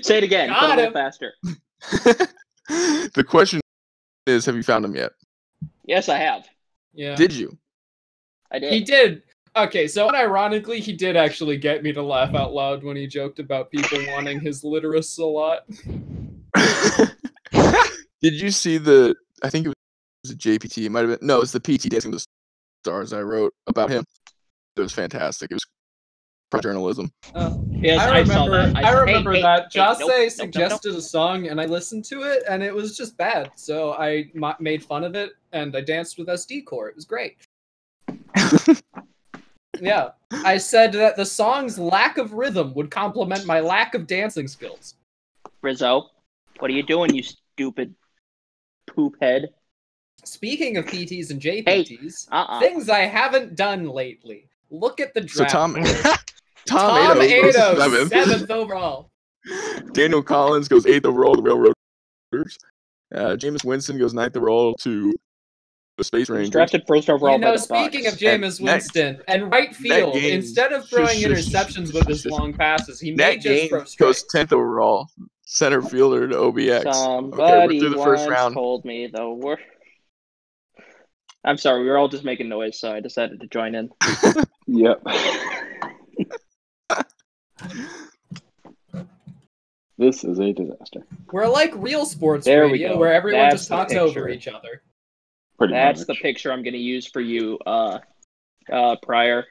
[SPEAKER 4] Say it again.
[SPEAKER 5] Got
[SPEAKER 4] Got a little
[SPEAKER 5] him.
[SPEAKER 4] faster.
[SPEAKER 1] (laughs) the question is, have you found him yet?
[SPEAKER 4] Yes, I have.
[SPEAKER 5] Yeah.
[SPEAKER 1] Did you? (laughs)
[SPEAKER 4] I did.
[SPEAKER 5] He did. Okay, so ironically, he did actually get me to laugh out loud when he joked about people wanting his literatus a lot.
[SPEAKER 1] Did you see the? I think it was a JPT. It might have been no. It's the PT Dancing with the Stars. I wrote about him. It was fantastic. It was pro journalism.
[SPEAKER 5] Uh,
[SPEAKER 4] Yes,
[SPEAKER 5] I remember. I,
[SPEAKER 4] saw that.
[SPEAKER 5] remember
[SPEAKER 4] hey, hey,
[SPEAKER 5] that
[SPEAKER 4] hey,
[SPEAKER 5] Jase
[SPEAKER 4] nope, nope, nope,
[SPEAKER 5] suggested a song, and I listened to it, and it was just bad. So I ma- made fun of it, and I danced with SD Core. It
[SPEAKER 4] (laughs)
[SPEAKER 5] was great. yeah, I said that the song's lack of rhythm would complement my lack of dancing skills.
[SPEAKER 4] nope. Rizzo, what are you doing, you stupid poop head?
[SPEAKER 5] Speaking of PTs and JPTs,
[SPEAKER 4] Uh uh
[SPEAKER 5] things I haven't done lately. Look at the
[SPEAKER 1] So
[SPEAKER 5] draft.
[SPEAKER 1] Tom,
[SPEAKER 5] (laughs) Tom
[SPEAKER 1] (laughs) Tom, Ados goes
[SPEAKER 5] Ados,
[SPEAKER 1] seventh.
[SPEAKER 5] seventh overall.
[SPEAKER 1] (laughs) Daniel Collins goes eighth overall to Railroaders. Uh, James Winston goes ninth overall to the Space Rangers.
[SPEAKER 4] Drafted first overall.
[SPEAKER 5] You know,
[SPEAKER 4] by the
[SPEAKER 5] speaking
[SPEAKER 4] Sox.
[SPEAKER 5] of Jameis
[SPEAKER 1] And next-
[SPEAKER 5] Winston and right field,
[SPEAKER 1] game-
[SPEAKER 5] instead of throwing
[SPEAKER 1] sh- sh-
[SPEAKER 5] interceptions with his
[SPEAKER 1] sh-
[SPEAKER 5] long passes, he may
[SPEAKER 1] Nat
[SPEAKER 5] just throw
[SPEAKER 1] Gaines
[SPEAKER 5] straight.
[SPEAKER 1] goes tenth overall, center fielder to OBX. (laughs)
[SPEAKER 4] Somebody
[SPEAKER 1] through the first
[SPEAKER 4] once
[SPEAKER 1] round.
[SPEAKER 4] told me the word. I'm sorry, we were all just making noise, so I decided to join in.
[SPEAKER 3] Yep. (laughs) this is a disaster.
[SPEAKER 5] We're like real sports
[SPEAKER 4] There we
[SPEAKER 5] radio
[SPEAKER 4] go.
[SPEAKER 5] where everyone
[SPEAKER 4] That's
[SPEAKER 5] just talks
[SPEAKER 4] the
[SPEAKER 5] over
[SPEAKER 4] picture.
[SPEAKER 5] each other.
[SPEAKER 3] Pretty
[SPEAKER 4] That's
[SPEAKER 3] much.
[SPEAKER 4] the picture I'm going to use for you, uh, uh, Prior.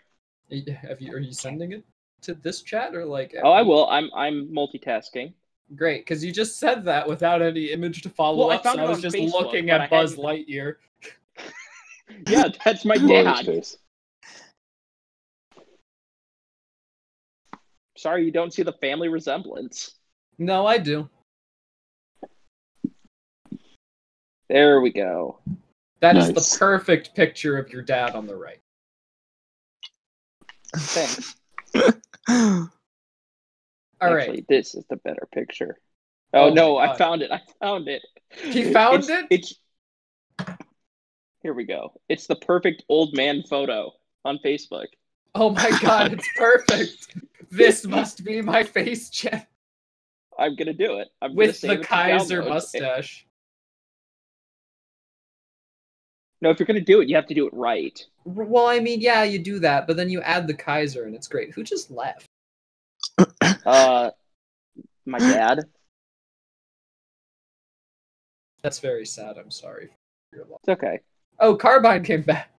[SPEAKER 5] Have you, are you sending it to this chat or like?
[SPEAKER 4] Oh, I will. I'm I'm multitasking.
[SPEAKER 5] Great, because you just said that without any image to follow
[SPEAKER 4] Well, I
[SPEAKER 5] up. so I,
[SPEAKER 4] found it
[SPEAKER 5] was
[SPEAKER 4] on
[SPEAKER 5] just
[SPEAKER 4] Facebook,
[SPEAKER 5] looking
[SPEAKER 4] but
[SPEAKER 5] at
[SPEAKER 4] I
[SPEAKER 5] Buzz
[SPEAKER 4] hadn't-
[SPEAKER 5] Lightyear.
[SPEAKER 4] Yeah, that's my
[SPEAKER 3] Glorious
[SPEAKER 4] dad.
[SPEAKER 3] face.
[SPEAKER 4] Sorry, you don't see the family resemblance.
[SPEAKER 5] No, I do.
[SPEAKER 4] There we go.
[SPEAKER 5] That is
[SPEAKER 3] Nice.
[SPEAKER 5] the perfect picture of your dad on the right.
[SPEAKER 4] Thanks.
[SPEAKER 5] (laughs) All right.
[SPEAKER 4] Actually, this is the better picture. Oh,
[SPEAKER 5] Oh
[SPEAKER 4] no,
[SPEAKER 5] my
[SPEAKER 4] I
[SPEAKER 5] God.
[SPEAKER 4] found it. I found it.
[SPEAKER 5] He found
[SPEAKER 4] It's-
[SPEAKER 5] it?
[SPEAKER 4] It's Here we go. It's the perfect old man photo on Facebook.
[SPEAKER 5] Oh my
[SPEAKER 4] (laughs)
[SPEAKER 5] god, it's perfect. This must be my face check
[SPEAKER 4] I'm gonna do it. I'm gonna
[SPEAKER 5] with
[SPEAKER 4] save
[SPEAKER 5] the
[SPEAKER 4] it to
[SPEAKER 5] Kaiser
[SPEAKER 4] download.
[SPEAKER 5] mustache.
[SPEAKER 4] No, if you're gonna do it, you have to do it right.
[SPEAKER 5] R- Well, I mean, yeah, you do that, but then you add the Kaiser and it's great. Who just left?
[SPEAKER 4] Uh,
[SPEAKER 5] (gasps)
[SPEAKER 4] my dad.
[SPEAKER 5] That's very sad. I'm sorry. for your loss.
[SPEAKER 4] It's okay.
[SPEAKER 5] Oh, Carbine came back. (laughs)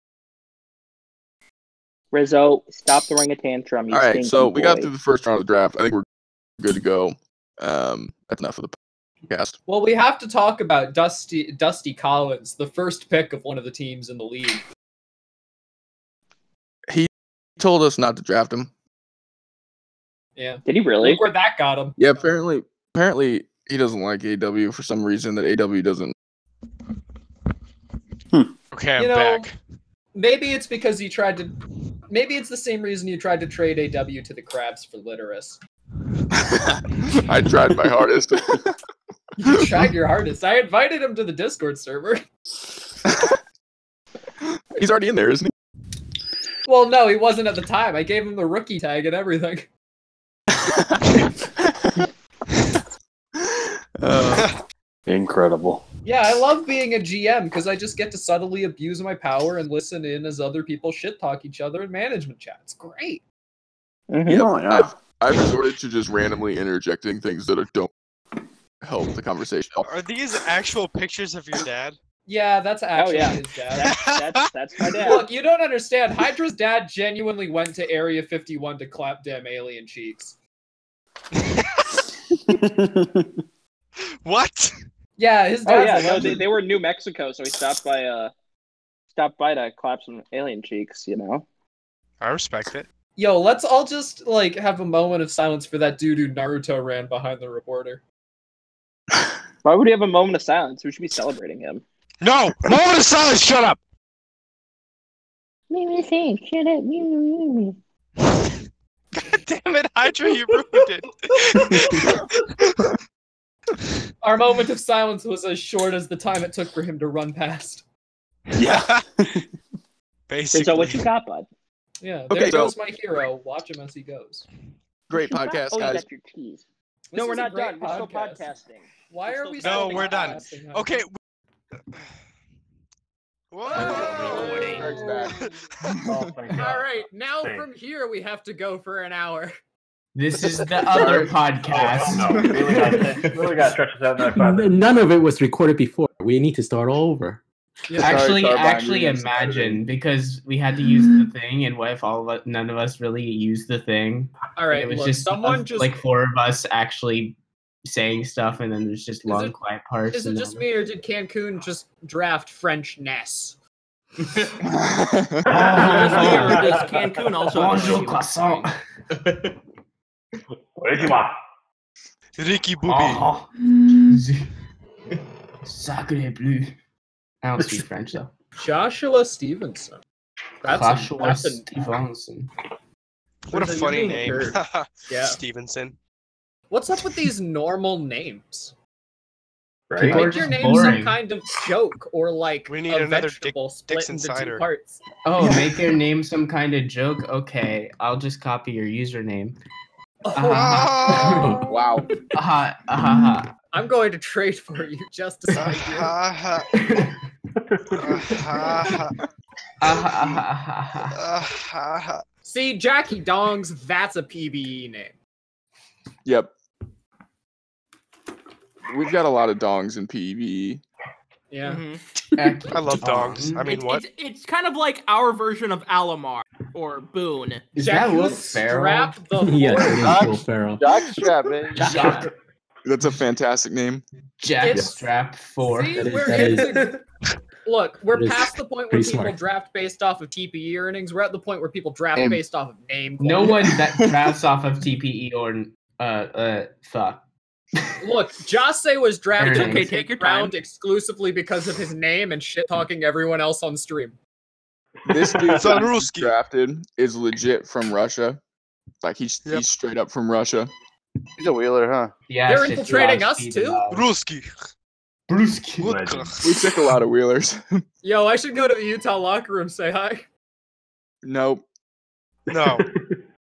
[SPEAKER 4] Rizzo, stop throwing a tantrum. You
[SPEAKER 1] All right, so
[SPEAKER 4] stinking
[SPEAKER 1] we got
[SPEAKER 4] boy.
[SPEAKER 1] through the first round of the draft. I think we're good to go. Um, that's enough of the podcast.
[SPEAKER 5] Well, we have to talk about Dusty Dusty Collins, the first pick of one of the teams in the league.
[SPEAKER 1] told us not to draft him.
[SPEAKER 5] Yeah.
[SPEAKER 4] Did he really?
[SPEAKER 1] (laughs)
[SPEAKER 5] Look where that got him.
[SPEAKER 1] Yeah, apparently, apparently he doesn't like AW for some reason that AW doesn't.
[SPEAKER 2] Okay, I'm
[SPEAKER 5] You know-
[SPEAKER 2] back.
[SPEAKER 5] Maybe it's because you tried to. Maybe it's the same reason you tried to trade AW to the Crabs for Litterus.
[SPEAKER 1] I tried my (laughs) hardest.
[SPEAKER 5] You tried your hardest. I invited him to the Discord server. (laughs)
[SPEAKER 1] He's already in there, isn't
[SPEAKER 5] Well, no, he wasn't at the time. I gave him the rookie tag and everything.
[SPEAKER 1] he? Uh,
[SPEAKER 3] Incredible.
[SPEAKER 5] Yeah, I love being a GM because I just get to subtly abuse my power and listen in as other people shit talk each other in management chat. It's great.
[SPEAKER 3] You know, yeah.
[SPEAKER 1] I've resorted to just randomly interjecting things that don't help the conversation.
[SPEAKER 2] Are these actual pictures of your dad?
[SPEAKER 5] Yeah, that's actually
[SPEAKER 4] Oh, yeah.
[SPEAKER 5] his dad.
[SPEAKER 4] That- that's that's my dad.
[SPEAKER 5] Look, you don't understand. Hydra's dad genuinely went to Area 51 to clap damn alien cheeks.
[SPEAKER 3] (laughs)
[SPEAKER 2] What?
[SPEAKER 5] Yeah, his
[SPEAKER 4] Oh
[SPEAKER 5] dad's
[SPEAKER 4] yeah, no,
[SPEAKER 5] a
[SPEAKER 4] they,
[SPEAKER 5] legend.
[SPEAKER 4] they were in New Mexico, so we stopped by uh stopped by to clap some alien cheeks, you know.
[SPEAKER 2] I respect it.
[SPEAKER 5] Yo, let's all just like have a moment of silence for that dude who Naruto ran behind the reporter.
[SPEAKER 4] Why would we have a moment of silence? We should be celebrating him.
[SPEAKER 2] No! Moment of silence! Shut up!
[SPEAKER 7] Me, me, think. Shut up. Me, me, me, me.
[SPEAKER 2] God damn it, Hydra, you ruined it.
[SPEAKER 5] Our moment of silence was as short as the time it took for him to run past.
[SPEAKER 2] yeah.
[SPEAKER 4] And
[SPEAKER 2] (laughs) Basically.
[SPEAKER 4] so what you got, bud?
[SPEAKER 5] Yeah, there
[SPEAKER 1] Okay, so-
[SPEAKER 5] goes my hero. Watch him as he goes.
[SPEAKER 1] Great
[SPEAKER 4] What you
[SPEAKER 1] podcast,
[SPEAKER 4] got? Oh, you
[SPEAKER 1] guys.
[SPEAKER 4] got your cheese.
[SPEAKER 5] This
[SPEAKER 4] no, we're
[SPEAKER 5] is a
[SPEAKER 4] not
[SPEAKER 5] great
[SPEAKER 4] done. We're still podcasting.
[SPEAKER 5] Why
[SPEAKER 4] We're
[SPEAKER 5] are
[SPEAKER 4] still
[SPEAKER 5] we?
[SPEAKER 4] No,
[SPEAKER 5] still
[SPEAKER 2] we're done.
[SPEAKER 5] podcasting, huh?
[SPEAKER 2] Okay. we- Whoa! (laughs)
[SPEAKER 5] All right. Now from here we have to go for an hour. (laughs)
[SPEAKER 8] This
[SPEAKER 9] (laughs)
[SPEAKER 8] is the other podcast.
[SPEAKER 9] Oh, No,
[SPEAKER 8] (laughs)
[SPEAKER 9] really got really got
[SPEAKER 10] (laughs)
[SPEAKER 9] stretch this out another five minutes.
[SPEAKER 8] None of it was recorded before. We need to start all over.
[SPEAKER 9] Sorry,
[SPEAKER 8] Actually,
[SPEAKER 9] Carbine,
[SPEAKER 8] actually,
[SPEAKER 9] you're gonna start
[SPEAKER 8] imagine because we had to use the thing, and what if all of us, none of us really used the thing?
[SPEAKER 5] All right.
[SPEAKER 8] it was
[SPEAKER 5] Look,
[SPEAKER 8] just
[SPEAKER 5] someone
[SPEAKER 8] us-
[SPEAKER 5] just.
[SPEAKER 8] like four of us actually saying stuff, and then there's just long
[SPEAKER 5] it-
[SPEAKER 8] quiet parts.
[SPEAKER 5] is it
[SPEAKER 8] and
[SPEAKER 5] just
[SPEAKER 8] all (laughs)
[SPEAKER 5] me or did Cancun just draft French Ness?
[SPEAKER 1] (laughs)
[SPEAKER 5] (laughs)
[SPEAKER 8] that.
[SPEAKER 9] does Cancun
[SPEAKER 8] also
[SPEAKER 9] Bonjour,
[SPEAKER 8] croissant.
[SPEAKER 9] (laughs) Where you want?
[SPEAKER 2] Ricky Booby.
[SPEAKER 8] Oh. (laughs) Sacre bleu. I don't speak French though.
[SPEAKER 5] Joshua Stevenson. That's a,
[SPEAKER 8] Joshua
[SPEAKER 5] that's a,
[SPEAKER 8] Stevenson.
[SPEAKER 2] What a
[SPEAKER 5] You're
[SPEAKER 2] funny
[SPEAKER 5] being
[SPEAKER 2] name.
[SPEAKER 5] weird.
[SPEAKER 2] (laughs)
[SPEAKER 5] yeah.
[SPEAKER 2] Stevenson. (laughs)
[SPEAKER 5] What's up with these normal names?
[SPEAKER 8] Right?
[SPEAKER 5] Make
[SPEAKER 8] Gorgeous
[SPEAKER 5] your name some
[SPEAKER 8] boring.
[SPEAKER 5] kind of joke or like
[SPEAKER 2] We need
[SPEAKER 5] a
[SPEAKER 2] another Dick-
[SPEAKER 5] vegetable split
[SPEAKER 2] Dixon
[SPEAKER 5] into two
[SPEAKER 2] cider.
[SPEAKER 5] parts.
[SPEAKER 8] Oh, make your name some kind of joke. Okay, I'll just copy your username.
[SPEAKER 5] Oh.
[SPEAKER 8] Uh-huh.
[SPEAKER 2] Ah.
[SPEAKER 3] Wow.
[SPEAKER 8] Aha, aha,
[SPEAKER 5] I'm going to trade for you just
[SPEAKER 2] (laughs)
[SPEAKER 5] to spite you.
[SPEAKER 2] Ah-ha.
[SPEAKER 8] uh-huh.
[SPEAKER 2] Ah-ha.
[SPEAKER 8] aha, aha, aha,
[SPEAKER 2] Ah-ha.
[SPEAKER 5] See, Jackie Dongs, that's a PBE name.
[SPEAKER 1] Yep. We've got a lot of dongs in E PvE.
[SPEAKER 5] Yeah.
[SPEAKER 11] Mm-hmm.
[SPEAKER 8] aha.
[SPEAKER 2] I love dogs. I mean,
[SPEAKER 11] it's,
[SPEAKER 2] what?
[SPEAKER 11] It's, it's kind of like our version of Alamar or Boone.
[SPEAKER 8] Is
[SPEAKER 5] Jack,
[SPEAKER 8] that
[SPEAKER 5] you
[SPEAKER 8] Will Ferrell?
[SPEAKER 5] strap
[SPEAKER 6] (laughs)
[SPEAKER 5] the horse.
[SPEAKER 8] yes, it is Will Ferrell.
[SPEAKER 3] Jockstrap, man.
[SPEAKER 8] Jack,
[SPEAKER 1] That's a fantastic name.
[SPEAKER 8] Jack
[SPEAKER 5] It's-
[SPEAKER 8] Strap 4.
[SPEAKER 5] See,
[SPEAKER 6] That is-
[SPEAKER 5] we're
[SPEAKER 6] that is-
[SPEAKER 5] into-
[SPEAKER 6] (laughs)
[SPEAKER 5] Look, we're
[SPEAKER 6] that is
[SPEAKER 5] past the point where
[SPEAKER 6] pretty
[SPEAKER 5] people
[SPEAKER 6] smart.
[SPEAKER 5] draft based off of TPE earnings. We're at the point where people draft
[SPEAKER 1] Name.
[SPEAKER 5] based off of name.
[SPEAKER 8] No
[SPEAKER 5] quality.
[SPEAKER 8] one that drafts off of TPE or, uh, uh, fuck.
[SPEAKER 5] Look, Jose was drafted
[SPEAKER 8] Okay,
[SPEAKER 5] in the
[SPEAKER 11] take your time.
[SPEAKER 5] round exclusively because of his name and shit talking everyone else on stream.
[SPEAKER 1] This dude
[SPEAKER 2] It's on
[SPEAKER 1] that
[SPEAKER 2] Ruski.
[SPEAKER 1] drafted is legit from Russia. Like he's
[SPEAKER 2] Yep.
[SPEAKER 1] he's straight up from Russia.
[SPEAKER 3] He's a wheeler, huh?
[SPEAKER 8] Yeah,
[SPEAKER 5] They're
[SPEAKER 8] shit, you
[SPEAKER 5] infiltrating
[SPEAKER 8] are
[SPEAKER 5] us,
[SPEAKER 8] speed
[SPEAKER 5] too?
[SPEAKER 8] about-
[SPEAKER 2] Ruski.
[SPEAKER 8] Brewski.
[SPEAKER 1] We took a lot of wheelers.
[SPEAKER 5] Yo, I should go to the Utah locker room say hi.
[SPEAKER 1] nope.
[SPEAKER 12] (laughs)
[SPEAKER 2] No.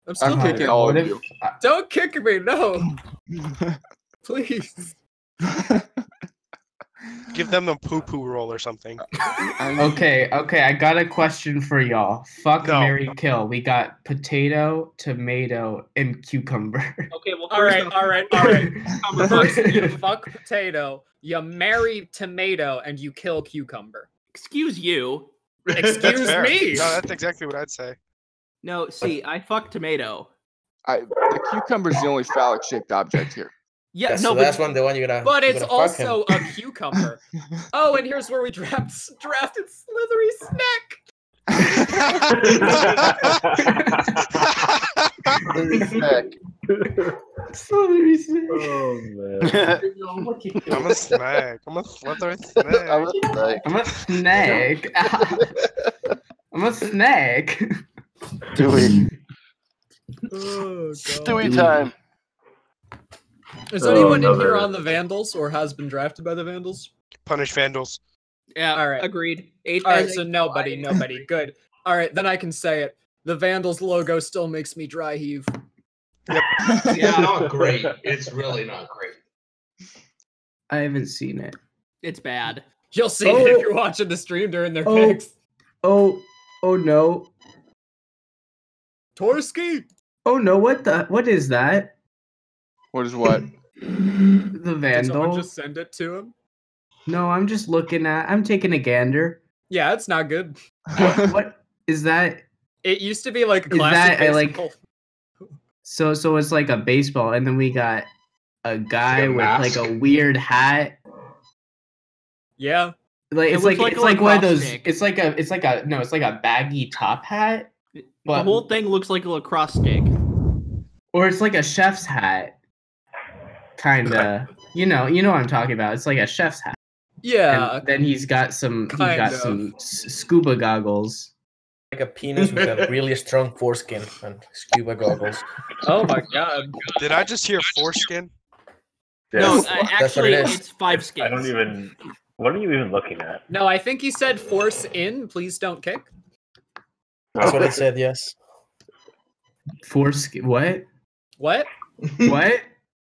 [SPEAKER 5] I'm still
[SPEAKER 1] I'm
[SPEAKER 5] kicking.
[SPEAKER 1] kicking all
[SPEAKER 8] What
[SPEAKER 1] of
[SPEAKER 8] if-
[SPEAKER 1] you.
[SPEAKER 5] Don't kick me, no, (laughs) please.
[SPEAKER 2] Give them a poo poo roll or something.
[SPEAKER 8] Okay, okay, I got a question for y'all. Fuck
[SPEAKER 2] No.
[SPEAKER 8] Mary Kill. We got potato, tomato, and cucumber. (laughs)
[SPEAKER 11] Okay, well,
[SPEAKER 5] All right, all right, all
[SPEAKER 2] (laughs)
[SPEAKER 5] right. (laughs) First, you
[SPEAKER 8] First-
[SPEAKER 5] fuck potato, you marry tomato, and you kill cucumber.
[SPEAKER 11] excuse you.
[SPEAKER 2] (laughs) That's
[SPEAKER 5] Excuse
[SPEAKER 2] fair.
[SPEAKER 5] me.
[SPEAKER 2] No, that's exactly what I'd
[SPEAKER 12] (laughs)
[SPEAKER 2] say.
[SPEAKER 11] No, see, I fuck tomato.
[SPEAKER 1] I, the cucumber's the only phallic shaped object here.
[SPEAKER 11] Yeah,
[SPEAKER 13] That's
[SPEAKER 11] no,
[SPEAKER 13] the last
[SPEAKER 11] but
[SPEAKER 13] one, the one you're gonna.
[SPEAKER 5] But
[SPEAKER 13] you're
[SPEAKER 5] it's
[SPEAKER 13] gonna fuck him.
[SPEAKER 5] also
[SPEAKER 2] (laughs)
[SPEAKER 5] a cucumber. Oh, and here's where we draft, drafted Slithery Snack.
[SPEAKER 13] (laughs) Oh man.
[SPEAKER 2] I'm a snack. I'm a slither snack.
[SPEAKER 13] I'm a snack.
[SPEAKER 8] (laughs) I'm a snake. (laughs) I'm a snake.
[SPEAKER 1] Stewie.
[SPEAKER 2] Oh,
[SPEAKER 3] Stewie time.
[SPEAKER 5] Is
[SPEAKER 3] Oh,
[SPEAKER 5] anyone in
[SPEAKER 3] another-
[SPEAKER 5] here on the Vandals or has been drafted by the Vandals?
[SPEAKER 2] Punish Vandals.
[SPEAKER 11] Yeah.
[SPEAKER 5] All right.
[SPEAKER 11] Agreed. Eight,
[SPEAKER 5] All right.
[SPEAKER 11] eight-
[SPEAKER 5] So nobody, nobody. Good. All right. Then I can say it. The Vandals logo still makes me dry heave.
[SPEAKER 12] yeah, not great. It's really not great.
[SPEAKER 8] I haven't seen it.
[SPEAKER 11] It's bad.
[SPEAKER 5] You'll see it
[SPEAKER 2] Oh.
[SPEAKER 5] if you're watching the stream during their
[SPEAKER 8] Oh.
[SPEAKER 5] picks.
[SPEAKER 8] Oh, oh no.
[SPEAKER 5] Torsky.
[SPEAKER 8] Oh no. What the? What is that?
[SPEAKER 1] What is
[SPEAKER 3] (laughs)
[SPEAKER 1] what?
[SPEAKER 8] The
[SPEAKER 5] Did someone
[SPEAKER 8] vandal.
[SPEAKER 5] just send it to him?
[SPEAKER 8] No, I'm just looking at. I'm taking a gander.
[SPEAKER 5] Yeah, it's not good.
[SPEAKER 1] (laughs)
[SPEAKER 8] what is that?
[SPEAKER 5] It used to be like
[SPEAKER 8] Is
[SPEAKER 5] classic.
[SPEAKER 8] that, I like-
[SPEAKER 5] baseball.
[SPEAKER 8] So, so it's like a baseball, and then we got a guy with like
[SPEAKER 12] mask?
[SPEAKER 8] a weird hat.
[SPEAKER 5] Yeah.
[SPEAKER 8] Like
[SPEAKER 11] It
[SPEAKER 8] it's like,
[SPEAKER 11] looks like
[SPEAKER 8] it's
[SPEAKER 11] a
[SPEAKER 8] like one of
[SPEAKER 11] lacrosse
[SPEAKER 8] those.
[SPEAKER 11] stick.
[SPEAKER 8] It's like a. It's like a. No, it's like a baggy top hat.
[SPEAKER 11] the
[SPEAKER 8] But
[SPEAKER 11] whole thing looks like a lacrosse stick.
[SPEAKER 8] or it's like a chef's hat. Kinda. you know. You know what I'm talking about. It's like a chef's hat.
[SPEAKER 5] Yeah.
[SPEAKER 8] And then he's got some. He's
[SPEAKER 5] Kind
[SPEAKER 8] got
[SPEAKER 5] of.
[SPEAKER 8] some s- scuba goggles.
[SPEAKER 12] Like a penis with a
[SPEAKER 11] (laughs)
[SPEAKER 12] really strong foreskin and scuba goggles.
[SPEAKER 5] Oh my god.
[SPEAKER 2] Did I just hear foreskin?
[SPEAKER 11] No,
[SPEAKER 12] Yes.
[SPEAKER 11] uh,
[SPEAKER 12] That's what
[SPEAKER 11] actually,
[SPEAKER 12] it is.
[SPEAKER 11] it's five skins.
[SPEAKER 13] I don't even. What are you even
[SPEAKER 10] (laughs)
[SPEAKER 13] looking at?
[SPEAKER 5] No, I think he said force in. Please don't kick.
[SPEAKER 12] That's what it said. Yes.
[SPEAKER 8] Foreskin.
[SPEAKER 13] (laughs)
[SPEAKER 8] What?
[SPEAKER 5] What?
[SPEAKER 8] What?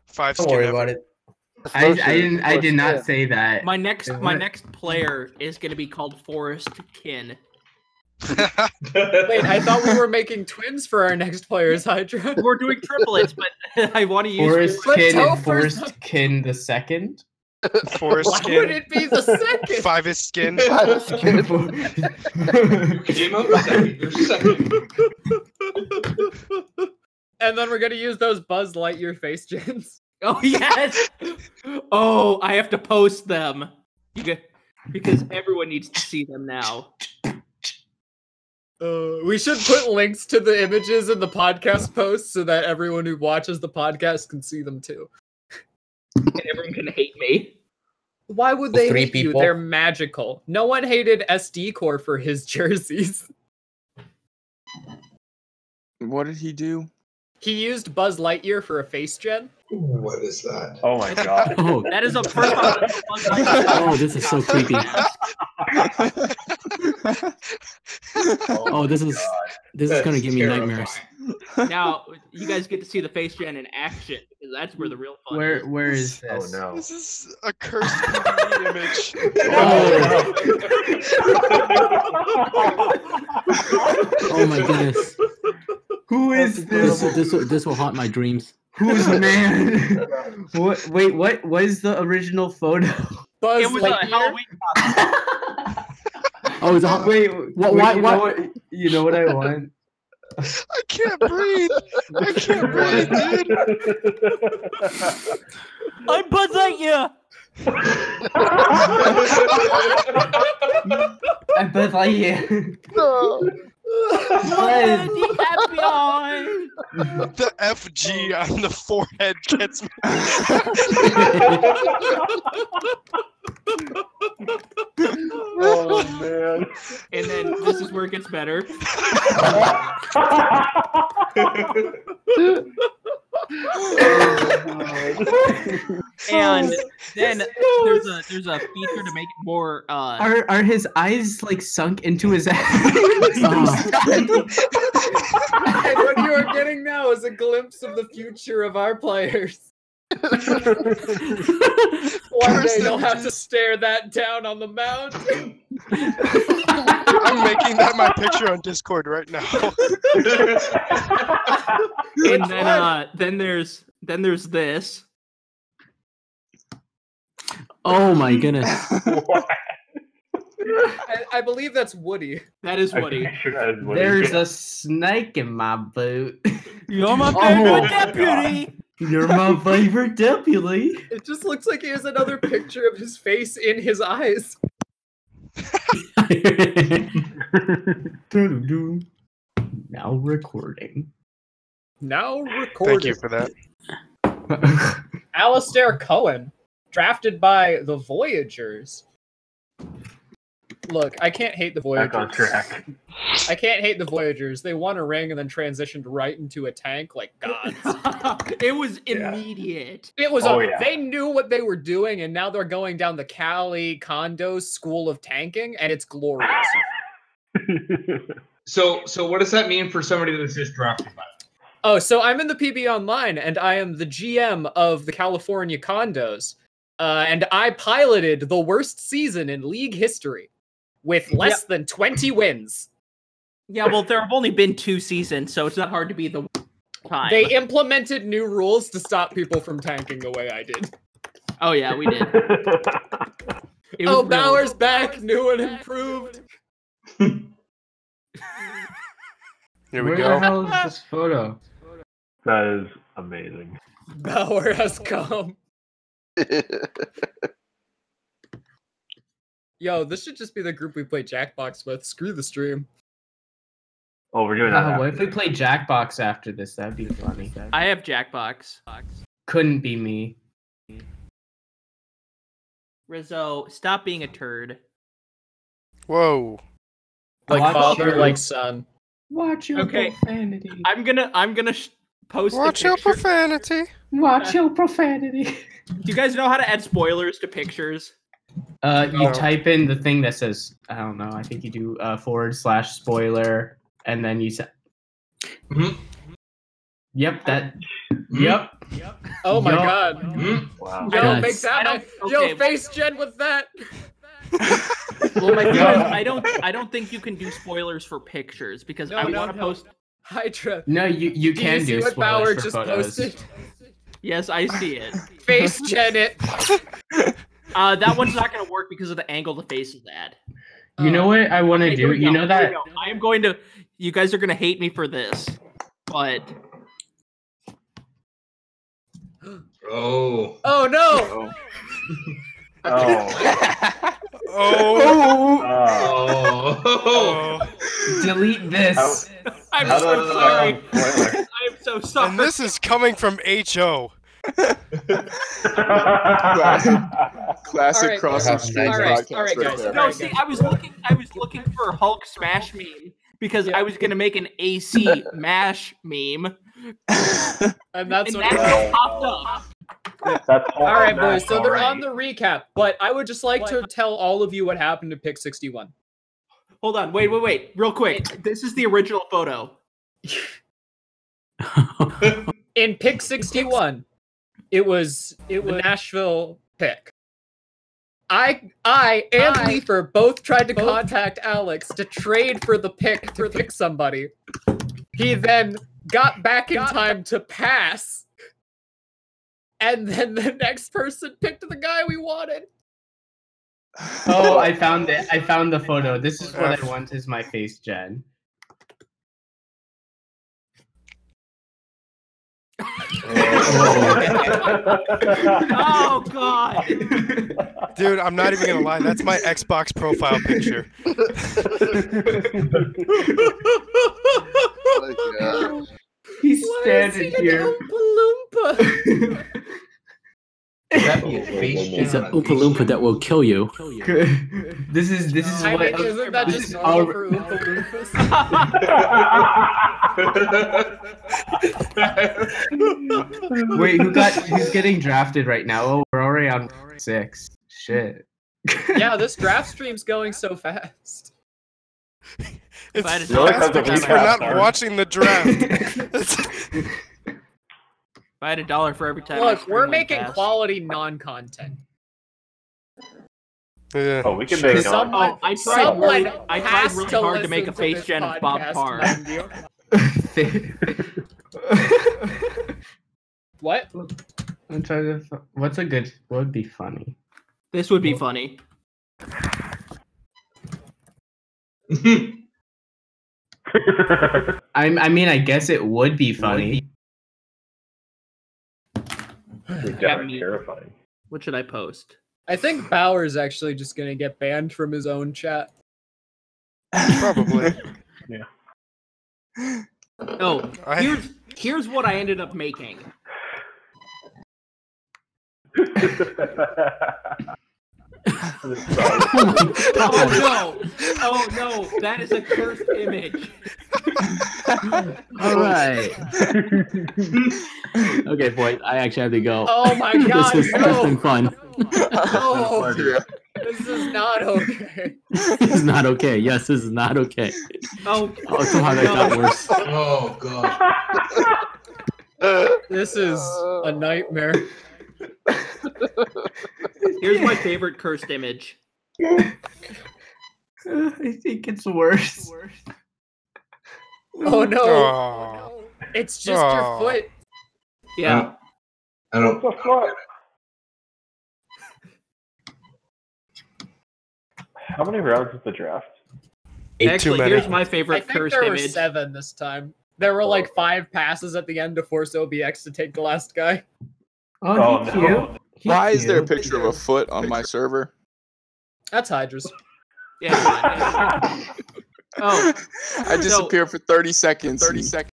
[SPEAKER 2] Five
[SPEAKER 12] Don't
[SPEAKER 2] skin.
[SPEAKER 12] worry
[SPEAKER 2] ever.
[SPEAKER 12] about it. (laughs)
[SPEAKER 8] I, I didn't. I did not say that.
[SPEAKER 11] My next,
[SPEAKER 8] Isn't
[SPEAKER 11] my
[SPEAKER 8] it?
[SPEAKER 11] next player is gonna be called Forest Kin.
[SPEAKER 5] Wait, I thought we were making twins for our next players, Hydra.
[SPEAKER 11] We're doing triplets, but (laughs) I want to use.
[SPEAKER 8] Forest
[SPEAKER 5] Let's
[SPEAKER 8] Kin
[SPEAKER 5] hope
[SPEAKER 8] and
[SPEAKER 5] for
[SPEAKER 8] Forest Kin the second.
[SPEAKER 5] Why would
[SPEAKER 2] Foreskin.
[SPEAKER 5] it be the second? (laughs)
[SPEAKER 2] Five is skin.
[SPEAKER 12] Game over. Second. You're second.
[SPEAKER 5] and then we're gonna use those Buzz Lightyear face gens.
[SPEAKER 11] Oh yes. oh, I have to post them. You get because everyone needs to see them now.
[SPEAKER 5] Uh, we should put links to the images in the podcast post so that everyone who watches the podcast can see them too.
[SPEAKER 11] And everyone can hate me.
[SPEAKER 5] Why would they
[SPEAKER 12] Three
[SPEAKER 5] hate you?
[SPEAKER 12] people.
[SPEAKER 5] They're magical. No one hated SD Core for his (laughs) jerseys.
[SPEAKER 1] (laughs) What did he do?
[SPEAKER 5] He used Buzz Lightyear for a face gen.
[SPEAKER 12] What is that?
[SPEAKER 13] Oh my god.
[SPEAKER 9] Oh,
[SPEAKER 11] That is a perfect.
[SPEAKER 12] (laughs)
[SPEAKER 9] oh, this is so creepy. Oh, this is this is gonna give me nightmares.
[SPEAKER 11] (laughs) now you guys get to see the face gen in action because that's where the real fun.
[SPEAKER 8] (laughs) Where where is
[SPEAKER 13] Oh
[SPEAKER 8] this?
[SPEAKER 13] no.
[SPEAKER 2] (laughs) This is a
[SPEAKER 12] (laughs)
[SPEAKER 2] cursed DVD image.
[SPEAKER 13] Oh,
[SPEAKER 9] Oh my
[SPEAKER 11] (laughs)
[SPEAKER 9] goodness.
[SPEAKER 8] Who is
[SPEAKER 9] This
[SPEAKER 8] this?
[SPEAKER 9] this will, this will haunt my dreams. (laughs)
[SPEAKER 8] Who's man? (laughs) what? Wait, what was the original photo?
[SPEAKER 5] Buzz
[SPEAKER 11] It was a
[SPEAKER 5] Lightyear.
[SPEAKER 11] Halloween.
[SPEAKER 9] Oh,
[SPEAKER 8] (laughs)
[SPEAKER 9] it's a haunt.
[SPEAKER 8] Wait,
[SPEAKER 9] Wha-
[SPEAKER 8] what? Why?
[SPEAKER 9] why-
[SPEAKER 8] You,
[SPEAKER 9] why-
[SPEAKER 8] know what, you know what I
[SPEAKER 9] (laughs)
[SPEAKER 8] want?
[SPEAKER 2] I can't breathe. I can't breathe, dude.
[SPEAKER 11] I'm Buzz Lightyear.
[SPEAKER 8] I bet like
[SPEAKER 9] (laughs)
[SPEAKER 8] yeah.
[SPEAKER 11] Look at the happy eye.
[SPEAKER 2] The FG on the forehead gets me.
[SPEAKER 13] oh man.
[SPEAKER 11] And then this is where it gets better. And then there's a there's a feature to make it more. Uh,
[SPEAKER 8] Are are his eyes like sunk into his
[SPEAKER 9] (laughs)
[SPEAKER 8] ass?
[SPEAKER 5] (laughs)
[SPEAKER 9] Uh,
[SPEAKER 5] And what you
[SPEAKER 11] (laughs)
[SPEAKER 5] are getting now is a glimpse of the future of our players. (laughs) One day they'll have to stare that down on the mountain.
[SPEAKER 2] I'm making that my picture on Discord right (laughs) now.
[SPEAKER 11] and then uh, then there's then there's this.
[SPEAKER 9] oh my goodness.
[SPEAKER 5] I, I believe that's Woody.
[SPEAKER 11] That is Woody.
[SPEAKER 8] There's a snake in my boot.
[SPEAKER 11] You're my
[SPEAKER 9] Oh.
[SPEAKER 8] favorite
[SPEAKER 11] deputy.
[SPEAKER 8] You're my favorite deputy.
[SPEAKER 5] It just looks like he has another picture of his face in his eyes.
[SPEAKER 8] Doo-doo-doo. (laughs) now recording.
[SPEAKER 5] Now recorded.
[SPEAKER 2] Thank you for that.
[SPEAKER 5] Alistair Cohen, drafted by the Voyagers. Look, I can't hate the Voyagers.
[SPEAKER 13] Back on track.
[SPEAKER 5] I can't hate the Voyagers. They won a ring and then transitioned right into a tank like gods.
[SPEAKER 11] (laughs) it was immediate.
[SPEAKER 5] It was
[SPEAKER 11] Oh,
[SPEAKER 5] a,
[SPEAKER 11] yeah.
[SPEAKER 5] they knew what they were doing and now they're going down the Cali Condos school of tanking and it's glorious.
[SPEAKER 14] So, so what does that mean for somebody that's just drafted? by?
[SPEAKER 5] Oh, so I'm in the PB Online, and I am the GM of the California Condos, uh, and I piloted the worst season in league history with less than 20 wins.
[SPEAKER 11] Yeah, well, there have only been two seasons, so it's not hard to be the time.
[SPEAKER 5] They implemented new rules to stop people from tanking the way I did.
[SPEAKER 11] oh yeah, we
[SPEAKER 8] (laughs)
[SPEAKER 11] did. (laughs) It
[SPEAKER 5] oh,
[SPEAKER 11] was real.
[SPEAKER 5] Bauer's back, new and improved.
[SPEAKER 2] Here
[SPEAKER 13] we
[SPEAKER 8] Where
[SPEAKER 13] go.
[SPEAKER 8] the hell is this photo?
[SPEAKER 13] That is amazing.
[SPEAKER 5] Bauer has come. Yo, this should just be the group we play Jackbox with. Screw the stream.
[SPEAKER 13] Oh, we're doing
[SPEAKER 8] Ah,
[SPEAKER 13] that.
[SPEAKER 8] what if we play Jackbox after this? That'd be funny.
[SPEAKER 11] I have Jackbox.
[SPEAKER 8] Couldn't be me.
[SPEAKER 11] Rizzo, stop being a turd.
[SPEAKER 2] Whoa.
[SPEAKER 5] Like
[SPEAKER 11] Watch
[SPEAKER 5] father,
[SPEAKER 11] your-
[SPEAKER 5] like son.
[SPEAKER 8] Watch your
[SPEAKER 11] Okay.
[SPEAKER 8] profanity.
[SPEAKER 11] I'm gonna I'm gonna sh- post. a
[SPEAKER 8] Watch your
[SPEAKER 11] picture-
[SPEAKER 2] profanity.
[SPEAKER 8] Watch your profanity.
[SPEAKER 11] Do you guys know how to add spoilers to pictures?
[SPEAKER 8] (laughs) Uh, you
[SPEAKER 13] Oh.
[SPEAKER 11] No.
[SPEAKER 8] type in the thing that says I don't know. I think you do uh, forward slash spoiler, and then you say.
[SPEAKER 14] Mhm.
[SPEAKER 8] Yep. That.
[SPEAKER 14] Mm-hmm.
[SPEAKER 8] Yep.
[SPEAKER 5] Oh my
[SPEAKER 8] Yup.
[SPEAKER 5] god.
[SPEAKER 13] Wow.
[SPEAKER 5] Yo,
[SPEAKER 8] Guys.
[SPEAKER 5] make that.
[SPEAKER 11] I don't-
[SPEAKER 5] Yo,
[SPEAKER 11] okay.
[SPEAKER 5] face gen with that. (laughs)
[SPEAKER 11] Well, my
[SPEAKER 5] Yeah.
[SPEAKER 11] friend, I don't I don't think you can do spoilers for pictures because
[SPEAKER 5] No,
[SPEAKER 11] I
[SPEAKER 5] no,
[SPEAKER 11] want to
[SPEAKER 5] no.
[SPEAKER 11] post.
[SPEAKER 5] Hydra.
[SPEAKER 8] No, you you
[SPEAKER 5] Do you
[SPEAKER 8] can
[SPEAKER 5] see
[SPEAKER 8] do
[SPEAKER 5] what
[SPEAKER 8] spoilers
[SPEAKER 5] Bauer
[SPEAKER 8] for
[SPEAKER 5] just
[SPEAKER 8] photos.
[SPEAKER 5] posted?
[SPEAKER 11] Yes, I see it.
[SPEAKER 8] (laughs)
[SPEAKER 5] Face gen it.
[SPEAKER 11] Uh, that one's not gonna work because of the angle the face is at.
[SPEAKER 8] You
[SPEAKER 5] Oh.
[SPEAKER 8] know what I want to
[SPEAKER 11] Here
[SPEAKER 8] do?
[SPEAKER 11] we
[SPEAKER 8] You
[SPEAKER 11] go,
[SPEAKER 8] know that
[SPEAKER 11] here we go. I am going to. You guys are gonna hate me for this, but
[SPEAKER 14] Oh.
[SPEAKER 5] Oh (laughs) no.
[SPEAKER 13] Oh.
[SPEAKER 5] Oh.
[SPEAKER 14] Oh.
[SPEAKER 2] (laughs)
[SPEAKER 8] delete this.
[SPEAKER 11] I'm
[SPEAKER 13] How
[SPEAKER 11] so
[SPEAKER 13] does-
[SPEAKER 11] sorry. I am so sorry.
[SPEAKER 2] And this is coming from HO.
[SPEAKER 1] Classic, classic
[SPEAKER 11] Alright,
[SPEAKER 1] cross
[SPEAKER 11] alright,
[SPEAKER 1] stream
[SPEAKER 11] alright,
[SPEAKER 1] podcast.
[SPEAKER 11] alright,
[SPEAKER 1] right
[SPEAKER 11] guys.
[SPEAKER 1] there.
[SPEAKER 11] No, see, I was looking. I was looking for a Hulk smash meme because I was gonna make an (laughs) AC mash meme,
[SPEAKER 5] And that's
[SPEAKER 11] and
[SPEAKER 5] what
[SPEAKER 11] that
[SPEAKER 5] it
[SPEAKER 11] just
[SPEAKER 5] was.
[SPEAKER 11] popped up.
[SPEAKER 13] That's
[SPEAKER 5] All right, boys.
[SPEAKER 13] that's
[SPEAKER 5] So they're
[SPEAKER 13] already.
[SPEAKER 5] on the recap, but I would just like to tell all of you what happened to pick 61.
[SPEAKER 11] Hold on, wait, wait, wait, real quick. This is the original photo.
[SPEAKER 5] In pick 61, it was it was Nashville pick. I I and Leaper both tried to contact Alex to trade for the (laughs) pick to pick somebody. He then got back in time to pass. And then the next person picked the guy we wanted.
[SPEAKER 8] Oh, I found it. I found the photo. This is what I want is my face, Jen.
[SPEAKER 11] (laughs) Oh god.
[SPEAKER 2] Dude, I'm not even gonna lie. That's my Xbox profile picture.
[SPEAKER 8] He's
[SPEAKER 5] Why is
[SPEAKER 8] standing
[SPEAKER 5] he an
[SPEAKER 8] here.
[SPEAKER 5] Oompa Loompa?
[SPEAKER 14] That'd be a face
[SPEAKER 9] It's
[SPEAKER 14] gen
[SPEAKER 9] an
[SPEAKER 14] on a
[SPEAKER 9] Oompa Loompa that will kill you.
[SPEAKER 8] This is (laughs) this is
[SPEAKER 5] I
[SPEAKER 8] what.
[SPEAKER 5] mean, isn't that
[SPEAKER 8] this
[SPEAKER 5] just
[SPEAKER 8] is
[SPEAKER 5] normal
[SPEAKER 8] alre- (laughs)
[SPEAKER 5] for Oompa Loompas?
[SPEAKER 8] Wait, who got? Who's getting drafted right now? Oh, we're already on six. Shit. (laughs)
[SPEAKER 5] yeah, this draft stream's going so fast.
[SPEAKER 2] It's
[SPEAKER 11] I had a
[SPEAKER 2] fast
[SPEAKER 11] dollar for
[SPEAKER 2] because
[SPEAKER 11] every
[SPEAKER 2] we're
[SPEAKER 11] time I
[SPEAKER 2] not
[SPEAKER 11] started.
[SPEAKER 2] watching the draft.
[SPEAKER 11] If I had a dollar for every time. I
[SPEAKER 5] Look,
[SPEAKER 11] scream
[SPEAKER 5] we're
[SPEAKER 11] one
[SPEAKER 5] making
[SPEAKER 11] fast.
[SPEAKER 5] quality non-content.
[SPEAKER 2] Yeah.
[SPEAKER 13] Oh, we can make it
[SPEAKER 5] Some-
[SPEAKER 13] on.
[SPEAKER 11] Oh, I tried really,
[SPEAKER 5] Someone
[SPEAKER 11] I tried
[SPEAKER 5] has
[SPEAKER 11] really
[SPEAKER 5] to
[SPEAKER 11] hard to make a
[SPEAKER 5] listen to
[SPEAKER 11] face
[SPEAKER 5] this
[SPEAKER 11] gen of Bob
[SPEAKER 5] podcast,
[SPEAKER 11] Parr.
[SPEAKER 5] mind you. What?
[SPEAKER 8] I'm trying to. f- What's a good? What would be funny?
[SPEAKER 11] This would be funny.
[SPEAKER 8] I I mean, I guess it would be funny.
[SPEAKER 13] terrifying.
[SPEAKER 11] What should I post?
[SPEAKER 5] I think Bauer's actually just gonna get banned from his own chat.
[SPEAKER 2] Probably.
[SPEAKER 13] yeah.
[SPEAKER 11] No, Oh, here's here's what I ended up (laughs) making.
[SPEAKER 8] (laughs)
[SPEAKER 11] oh no! Oh no! That is a cursed image.
[SPEAKER 9] All
[SPEAKER 8] (laughs)
[SPEAKER 9] right. okay, boy. I actually have to go.
[SPEAKER 8] (laughs)
[SPEAKER 11] Oh my God,
[SPEAKER 9] this, is,
[SPEAKER 11] no.
[SPEAKER 9] has been fun.
[SPEAKER 11] No,
[SPEAKER 1] (laughs)
[SPEAKER 11] this is not okay.
[SPEAKER 9] this is not okay. Yes, this is not okay.
[SPEAKER 11] Oh,
[SPEAKER 9] Oh, somehow that got worse.
[SPEAKER 14] Oh god.
[SPEAKER 8] Oh,
[SPEAKER 11] This is a nightmare. Here's my favorite cursed image.
[SPEAKER 8] (laughs) I think it's worse.
[SPEAKER 11] Oh no!
[SPEAKER 14] Oh.
[SPEAKER 11] It's
[SPEAKER 14] just your Oh.
[SPEAKER 11] foot. Yeah.
[SPEAKER 14] I don't.
[SPEAKER 13] How many rounds is the draft?
[SPEAKER 11] Actually, here's my favorite
[SPEAKER 5] I think
[SPEAKER 11] cursed
[SPEAKER 5] there were
[SPEAKER 11] image.
[SPEAKER 5] seven this time. There were like five passes at the end to force OBX to take the last guy.
[SPEAKER 8] Oh, he cute. He
[SPEAKER 1] Why is there a
[SPEAKER 8] cute.
[SPEAKER 1] picture of a foot on my (laughs) server?
[SPEAKER 5] That's Hydra's.
[SPEAKER 13] (laughs)
[SPEAKER 11] Yeah. oh,
[SPEAKER 1] I disappear for 30 seconds. 30 seconds.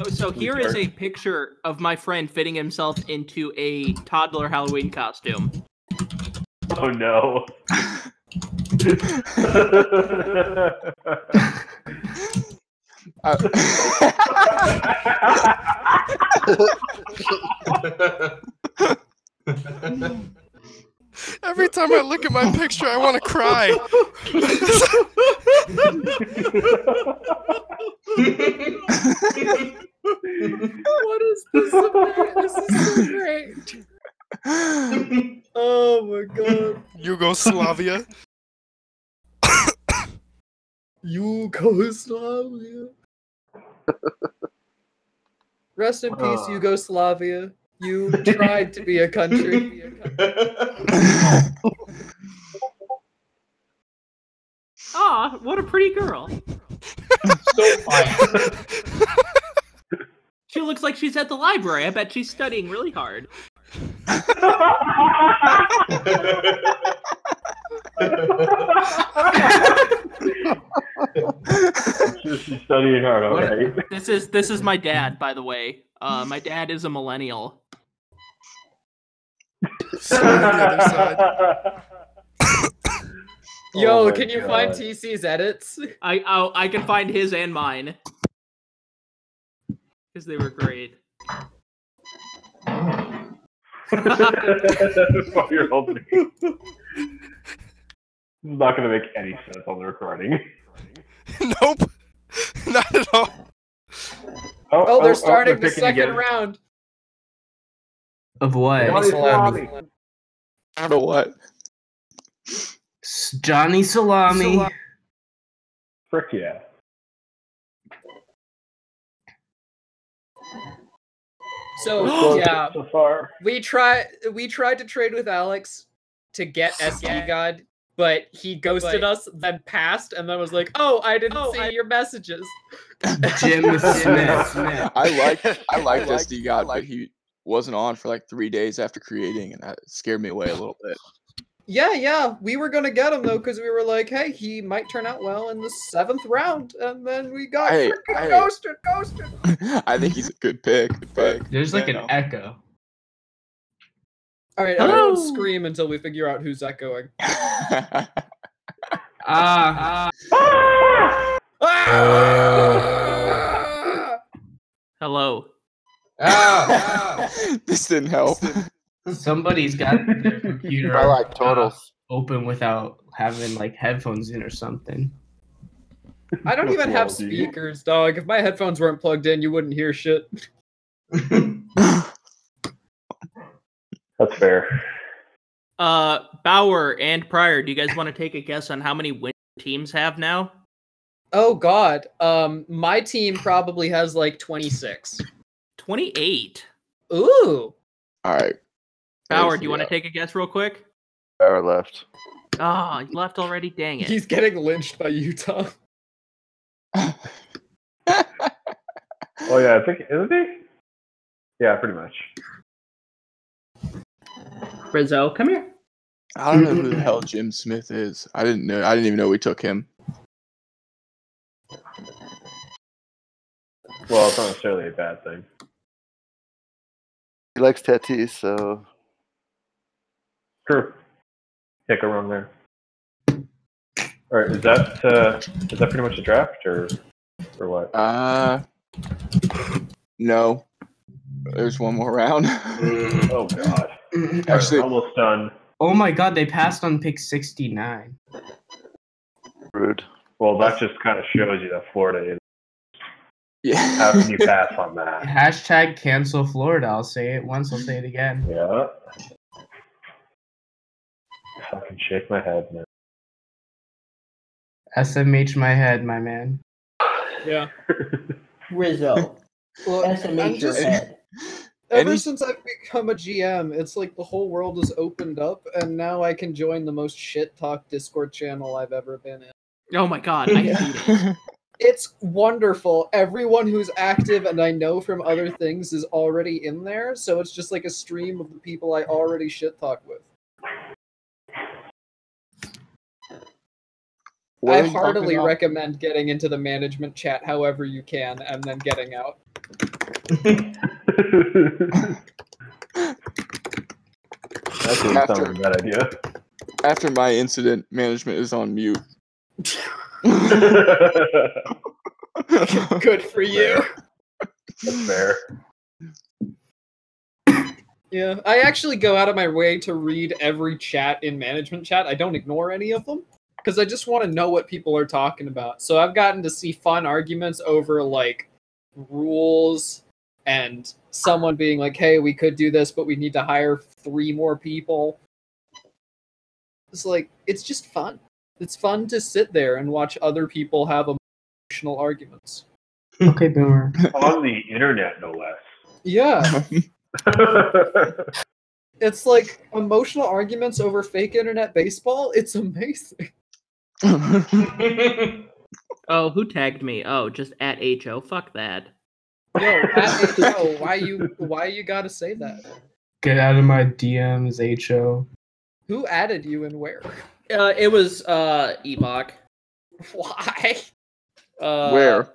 [SPEAKER 11] oh, so here is a picture of my friend fitting himself into a toddler Halloween costume.
[SPEAKER 13] Oh no.
[SPEAKER 1] Uh, (laughs)
[SPEAKER 2] Every time I look at my picture, I want to cry.
[SPEAKER 11] what is this? about? This
[SPEAKER 13] (laughs)
[SPEAKER 11] is so great.
[SPEAKER 5] (laughs) Oh my god.
[SPEAKER 2] Yugoslavia.
[SPEAKER 5] Yugoslavia. Rest in peace,
[SPEAKER 14] Ah.
[SPEAKER 13] Uh.
[SPEAKER 5] Yugoslavia.
[SPEAKER 13] (laughs)
[SPEAKER 5] You tried to be a country.
[SPEAKER 11] Aw, what a
[SPEAKER 13] (laughs)
[SPEAKER 11] pretty girl. she looks like she's at the library. I bet she's studying really hard.
[SPEAKER 13] She's studying hard, alright.
[SPEAKER 11] This is this is my dad, by the way. Uh, my dad is a millennial.
[SPEAKER 5] Yo,
[SPEAKER 13] Oh
[SPEAKER 11] my
[SPEAKER 5] can you find
[SPEAKER 11] God.
[SPEAKER 5] TC's edits?
[SPEAKER 11] I oh, I can find his and mine because they
[SPEAKER 13] (laughs)
[SPEAKER 11] were great. (laughs)
[SPEAKER 13] While you're holding. This is not going to make any sense on the recording.
[SPEAKER 2] (laughs) nope. Not at all.
[SPEAKER 13] Oh,
[SPEAKER 5] Oh, they're
[SPEAKER 13] oh,
[SPEAKER 5] starting the
[SPEAKER 13] they're picking
[SPEAKER 5] second
[SPEAKER 13] again.
[SPEAKER 5] round.
[SPEAKER 8] Of what?
[SPEAKER 5] Johnny Salami.
[SPEAKER 1] I don't know what.
[SPEAKER 8] S- Johnny Salami.
[SPEAKER 13] Frick yeah. (gasps)
[SPEAKER 5] So yeah,
[SPEAKER 13] So far.
[SPEAKER 5] we try we tried to trade with Alex to get SD God, but he ghosted us, then passed, and then was like, "Oh, I didn't see your messages."
[SPEAKER 8] (laughs)
[SPEAKER 13] (laughs)
[SPEAKER 8] Jim Smith.
[SPEAKER 1] I liked I liked
[SPEAKER 5] liked-
[SPEAKER 1] SD God, but he wasn't on for like three days after creating, and that scared me away a little bit. (laughs)
[SPEAKER 5] Yeah, yeah, we were gonna get him though because we were like, "Hey, he might turn out well in the seventh round," and then we got
[SPEAKER 1] Hey,
[SPEAKER 5] freaking
[SPEAKER 1] hey.
[SPEAKER 5] ghosted, ghosted.
[SPEAKER 1] I think he's a good pick, but
[SPEAKER 8] There's like
[SPEAKER 1] you
[SPEAKER 8] an
[SPEAKER 1] know.
[SPEAKER 8] echo.
[SPEAKER 5] All right, everyone
[SPEAKER 8] Hello.
[SPEAKER 5] scream until we figure out who's (laughs) echoing.
[SPEAKER 1] (laughs)
[SPEAKER 8] Ah.
[SPEAKER 11] Hello.
[SPEAKER 1] Ah! this didn't help.
[SPEAKER 8] (laughs) Somebody's got their computer.
[SPEAKER 1] I like (laughs) turtles.
[SPEAKER 8] uh, open without having like headphones in or something.
[SPEAKER 5] I don't even have
[SPEAKER 8] Quality.
[SPEAKER 5] speakers, dog. If my headphones weren't plugged in, you wouldn't hear shit.
[SPEAKER 13] That's fair.
[SPEAKER 11] Uh, Bauer and Pryor, do you guys want to take a guess on how many win teams have now?
[SPEAKER 5] Oh God. Um, my team probably has like 26.
[SPEAKER 11] 28.
[SPEAKER 5] Ooh.
[SPEAKER 1] All right,
[SPEAKER 11] Bauer, do you want to take a guess real quick?
[SPEAKER 15] Power left.
[SPEAKER 11] Ah, you left already. Dang it.
[SPEAKER 5] He's getting lynched by Utah.
[SPEAKER 1] (laughs)
[SPEAKER 13] Oh yeah, I think isn't he? Yeah, pretty much.
[SPEAKER 11] Rizzo, come here.
[SPEAKER 1] I don't know who the hell Jim Smith is. I didn't know. I didn't even know we took him.
[SPEAKER 13] Well, it's not necessarily a bad thing.
[SPEAKER 16] He likes tattoos, so
[SPEAKER 13] True. Pick a wrong there. All right, is that uh, is that pretty much a draft or or what?
[SPEAKER 1] Uh, no. There's one more round.
[SPEAKER 13] oh god.
[SPEAKER 1] Actually,
[SPEAKER 13] almost done.
[SPEAKER 8] Oh my god, they passed on pick 69.
[SPEAKER 16] Rude.
[SPEAKER 13] Well, that just kind of shows you that Florida is.
[SPEAKER 1] Yeah. (laughs)
[SPEAKER 13] How can you pass on that?
[SPEAKER 8] Hashtag cancel Florida. I'll say it once, I'll say it again.
[SPEAKER 13] Yeah. Fucking shake my head, man.
[SPEAKER 8] SMH my head, my man.
[SPEAKER 17] Yeah.
[SPEAKER 18] Rizzo. SMH your
[SPEAKER 5] just-
[SPEAKER 18] head.
[SPEAKER 5] Ever
[SPEAKER 1] Any-
[SPEAKER 5] since I've become a GM, it's like the whole world is opened up, and now I can join the most shit talk Discord channel I've ever been in.
[SPEAKER 11] Oh my god, I hate it.
[SPEAKER 5] It's wonderful. Everyone who's active and I know from other things is already in there, so it's just like a stream of the people I already shit talk with.
[SPEAKER 1] What are
[SPEAKER 5] I
[SPEAKER 1] you talking
[SPEAKER 5] heartily
[SPEAKER 1] about?
[SPEAKER 5] recommend getting into the management chat however you can and then getting out.
[SPEAKER 13] That doesn't sound like a bad idea.
[SPEAKER 1] After my incident, management is on
[SPEAKER 5] (laughs)
[SPEAKER 1] mute. (laughs)
[SPEAKER 5] (laughs) Good for you.
[SPEAKER 13] That's fair.
[SPEAKER 5] Yeah, I actually go out of my way to read every chat in management chat. I don't ignore any of them because I just want to know what people are talking about. So I've gotten to see fun arguments over like rules and someone being like, "Hey, we could do this, but we need to hire three more people." It's like it's just fun. It's fun to sit there and watch other people have emotional arguments.
[SPEAKER 8] (laughs) Okay, Boomer.
[SPEAKER 13] on the internet, no less.
[SPEAKER 5] Yeah.
[SPEAKER 8] (laughs)
[SPEAKER 5] It's like emotional arguments over fake internet baseball. It's
[SPEAKER 17] (laughs)
[SPEAKER 5] amazing.
[SPEAKER 11] Oh, who tagged me? Oh, just at HO. Fuck that.
[SPEAKER 5] Yo, Pat, yo, why you why you gotta say that?
[SPEAKER 8] Get out of my DMs, HO.
[SPEAKER 5] Who added you and where? (laughs)
[SPEAKER 11] Uh, it was uh Ebok.
[SPEAKER 5] Why?
[SPEAKER 11] Uh,
[SPEAKER 1] Where?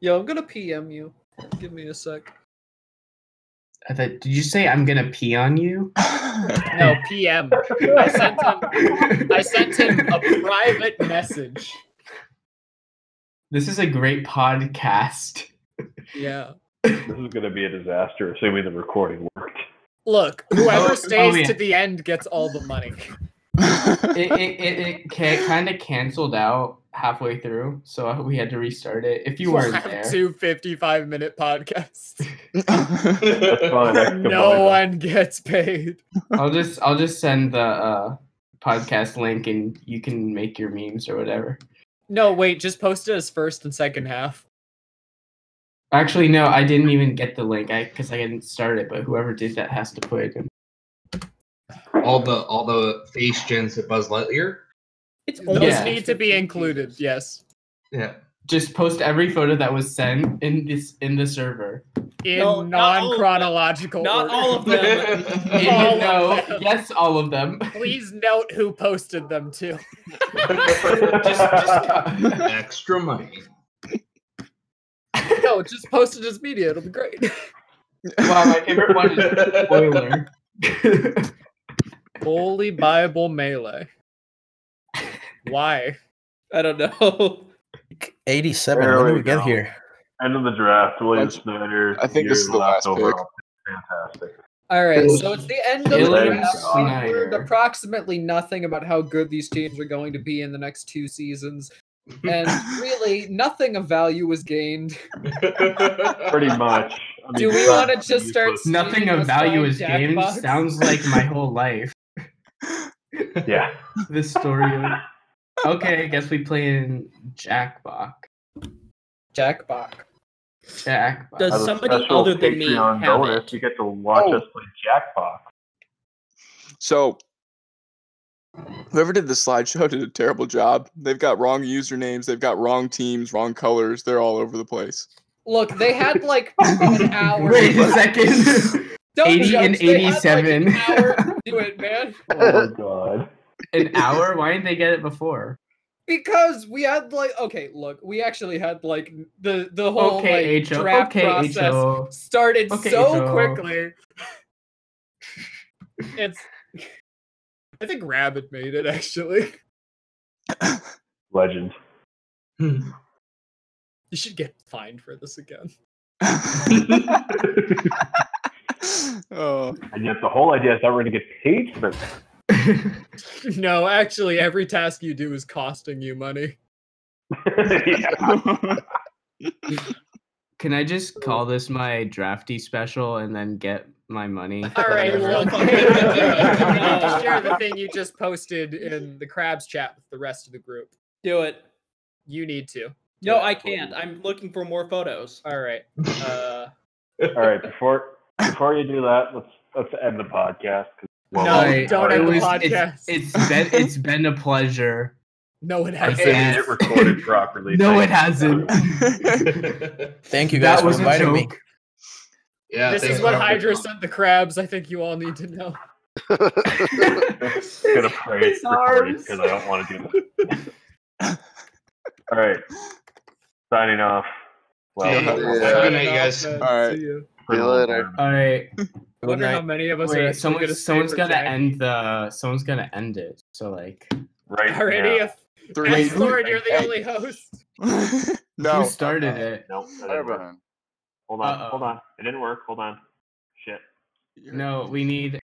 [SPEAKER 5] Yo, I'm gonna PM you. Give me a sec.
[SPEAKER 8] I thought, did you say I'm gonna pee on you?
[SPEAKER 17] No, PM. I sent him. I sent him a private message.
[SPEAKER 8] This is a great podcast.
[SPEAKER 5] Yeah.
[SPEAKER 13] This is going to be a disaster, assuming the recording worked.
[SPEAKER 17] Look, whoever
[SPEAKER 8] Oh,
[SPEAKER 17] stays
[SPEAKER 8] yeah.
[SPEAKER 17] to the end gets all the money.
[SPEAKER 5] Uh,
[SPEAKER 8] it it, it, it ca- kind of canceled out halfway through, so we had to restart it. If you
[SPEAKER 17] We'll
[SPEAKER 8] weren't
[SPEAKER 17] have
[SPEAKER 8] there,
[SPEAKER 17] two 55 minute podcasts.
[SPEAKER 13] That's fine. I can
[SPEAKER 17] no one gets paid.
[SPEAKER 8] I'll just I'll just send the uh, podcast link, and you can make your memes or whatever.
[SPEAKER 17] No, wait, just post it as first and second half.
[SPEAKER 8] Actually, no, I didn't even get the link. I because I didn't start it, but whoever did that has to put it. in.
[SPEAKER 10] all the all the face gens at Buzz Lightyear.
[SPEAKER 17] It's
[SPEAKER 8] only
[SPEAKER 17] Those
[SPEAKER 8] Yeah.
[SPEAKER 17] need to be included, yes.
[SPEAKER 10] Yeah.
[SPEAKER 8] Just post every photo that was sent in this in the server.
[SPEAKER 17] In
[SPEAKER 11] No, not all of
[SPEAKER 17] non
[SPEAKER 11] them.
[SPEAKER 17] chronological
[SPEAKER 11] Not
[SPEAKER 17] order.
[SPEAKER 11] all of them.
[SPEAKER 8] And
[SPEAKER 17] All of
[SPEAKER 8] no,
[SPEAKER 17] them.
[SPEAKER 8] yes, all of them.
[SPEAKER 17] (laughs)
[SPEAKER 8] (laughs)
[SPEAKER 17] Please note who posted them too.
[SPEAKER 10] (laughs) Extra money.
[SPEAKER 5] No, just post it as media. It'll be great.
[SPEAKER 8] Wow, my favorite one
[SPEAKER 5] (laughs)
[SPEAKER 8] is spoiler.
[SPEAKER 17] Holy Bible melee. (laughs) Why?
[SPEAKER 11] I don't know.
[SPEAKER 19] 87.
[SPEAKER 13] There
[SPEAKER 19] How did
[SPEAKER 13] we
[SPEAKER 19] we get
[SPEAKER 13] go.
[SPEAKER 19] here?
[SPEAKER 13] End of the draft. William Snyder.
[SPEAKER 1] I think this is
[SPEAKER 13] you're
[SPEAKER 1] the last pick.
[SPEAKER 13] overall pick. Fantastic.
[SPEAKER 5] All right, so it's the end of the
[SPEAKER 8] Dylan
[SPEAKER 5] draft. We learned
[SPEAKER 8] Snyder.
[SPEAKER 5] approximately nothing about how good these teams are going to be in the next two seasons, and really nothing of value was gained.
[SPEAKER 13] Pretty much. I
[SPEAKER 5] Do we want to just start?
[SPEAKER 8] Nothing
[SPEAKER 5] stealing
[SPEAKER 8] of
[SPEAKER 5] this
[SPEAKER 8] value
[SPEAKER 5] guy's
[SPEAKER 8] is gained.
[SPEAKER 5] Jackbox?
[SPEAKER 8] Sounds like my whole life.
[SPEAKER 13] Yeah.
[SPEAKER 8] This story. Of... Okay, I guess we play in Jackbox.
[SPEAKER 5] Jackbox.
[SPEAKER 8] Jackbox.
[SPEAKER 11] Does
[SPEAKER 13] As a
[SPEAKER 11] somebody
[SPEAKER 13] special
[SPEAKER 11] other than me
[SPEAKER 13] Patreon
[SPEAKER 11] have
[SPEAKER 13] bonus, You get to watch
[SPEAKER 1] Oh.
[SPEAKER 13] us play Jackbox.
[SPEAKER 1] So, whoever did the slideshow (laughs) did a terrible job. They've got wrong usernames, they've got wrong teams, wrong colors. They're all over the place.
[SPEAKER 5] Look, they had
[SPEAKER 8] (laughs)
[SPEAKER 5] like an hour.
[SPEAKER 8] Wait a second.
[SPEAKER 5] (laughs) Don't
[SPEAKER 8] 80 and
[SPEAKER 5] judge, they had, like,
[SPEAKER 8] 87. (laughs)
[SPEAKER 5] an hour to do it, man.
[SPEAKER 13] Oh my god.
[SPEAKER 8] An hour? Why didn't they get it before?
[SPEAKER 5] because we had like okay, look, we actually had like the the whole
[SPEAKER 8] Okay,
[SPEAKER 5] like,
[SPEAKER 8] HO,
[SPEAKER 5] draft
[SPEAKER 8] okay,
[SPEAKER 5] process
[SPEAKER 8] HO.
[SPEAKER 5] started
[SPEAKER 8] Okay,
[SPEAKER 5] so
[SPEAKER 8] HO. (laughs)
[SPEAKER 5] quickly. it's I think Rabbit made it actually.
[SPEAKER 13] Legend.
[SPEAKER 5] You should get fined for this again. (laughs)
[SPEAKER 1] oh.
[SPEAKER 13] And yet the whole idea is that we're going to get paid for this.
[SPEAKER 5] No, actually every task you do is costing you money.
[SPEAKER 13] (laughs)
[SPEAKER 8] Can I just call this my drafty special and then get my money?
[SPEAKER 5] (laughs) All right,
[SPEAKER 8] (laughs)
[SPEAKER 5] well, fuck it, you can do it. And then you can share the thing you just posted in the crabs chat with the rest of the group.
[SPEAKER 4] Do it.
[SPEAKER 5] You need to.
[SPEAKER 4] No, I can't. I'm looking for more photos.
[SPEAKER 5] All right. Uh,
[SPEAKER 13] All right, before before you do that, let's let's end the podcast. 'cause-
[SPEAKER 8] Alright,
[SPEAKER 13] alright.
[SPEAKER 8] it was- it's- it's been it's been a pleasure.
[SPEAKER 5] No, it
[SPEAKER 13] I'm saying
[SPEAKER 8] hasn't.
[SPEAKER 13] it recorded properly.
[SPEAKER 8] No, it
[SPEAKER 13] Thank you.
[SPEAKER 8] hasn't. (laughs)
[SPEAKER 20] Thank you
[SPEAKER 8] That
[SPEAKER 20] guys for
[SPEAKER 8] was a
[SPEAKER 20] inviting me.
[SPEAKER 8] joke.
[SPEAKER 5] this is what Hydra sent the crabs. I think you all need to know.
[SPEAKER 13] I'm
[SPEAKER 5] (laughs)
[SPEAKER 13] gonna pray it's
[SPEAKER 5] His
[SPEAKER 13] recorded
[SPEAKER 5] arms.
[SPEAKER 13] because I don't want to do this. All right, signing off. Well,
[SPEAKER 21] Yeah,
[SPEAKER 13] yeah.
[SPEAKER 21] Good night, you guys.
[SPEAKER 5] All
[SPEAKER 1] right.
[SPEAKER 13] See you later.
[SPEAKER 8] All right.
[SPEAKER 5] I wonder how many of us are
[SPEAKER 8] Wait,
[SPEAKER 5] actually
[SPEAKER 8] someone,
[SPEAKER 5] gonna stay
[SPEAKER 8] someone's
[SPEAKER 5] for
[SPEAKER 8] gonna
[SPEAKER 5] Jackie.
[SPEAKER 8] end the. Someone's gonna end it. So like.
[SPEAKER 13] Right.
[SPEAKER 5] Already, yeah.
[SPEAKER 8] Three. Wait, who-
[SPEAKER 5] Lord, you're the
[SPEAKER 8] hey.
[SPEAKER 5] only host.
[SPEAKER 1] (laughs)
[SPEAKER 8] Who started it?
[SPEAKER 13] No, that didn't work. Hold on, hold on. It didn't work. Hold on. Shit.
[SPEAKER 8] No, we need.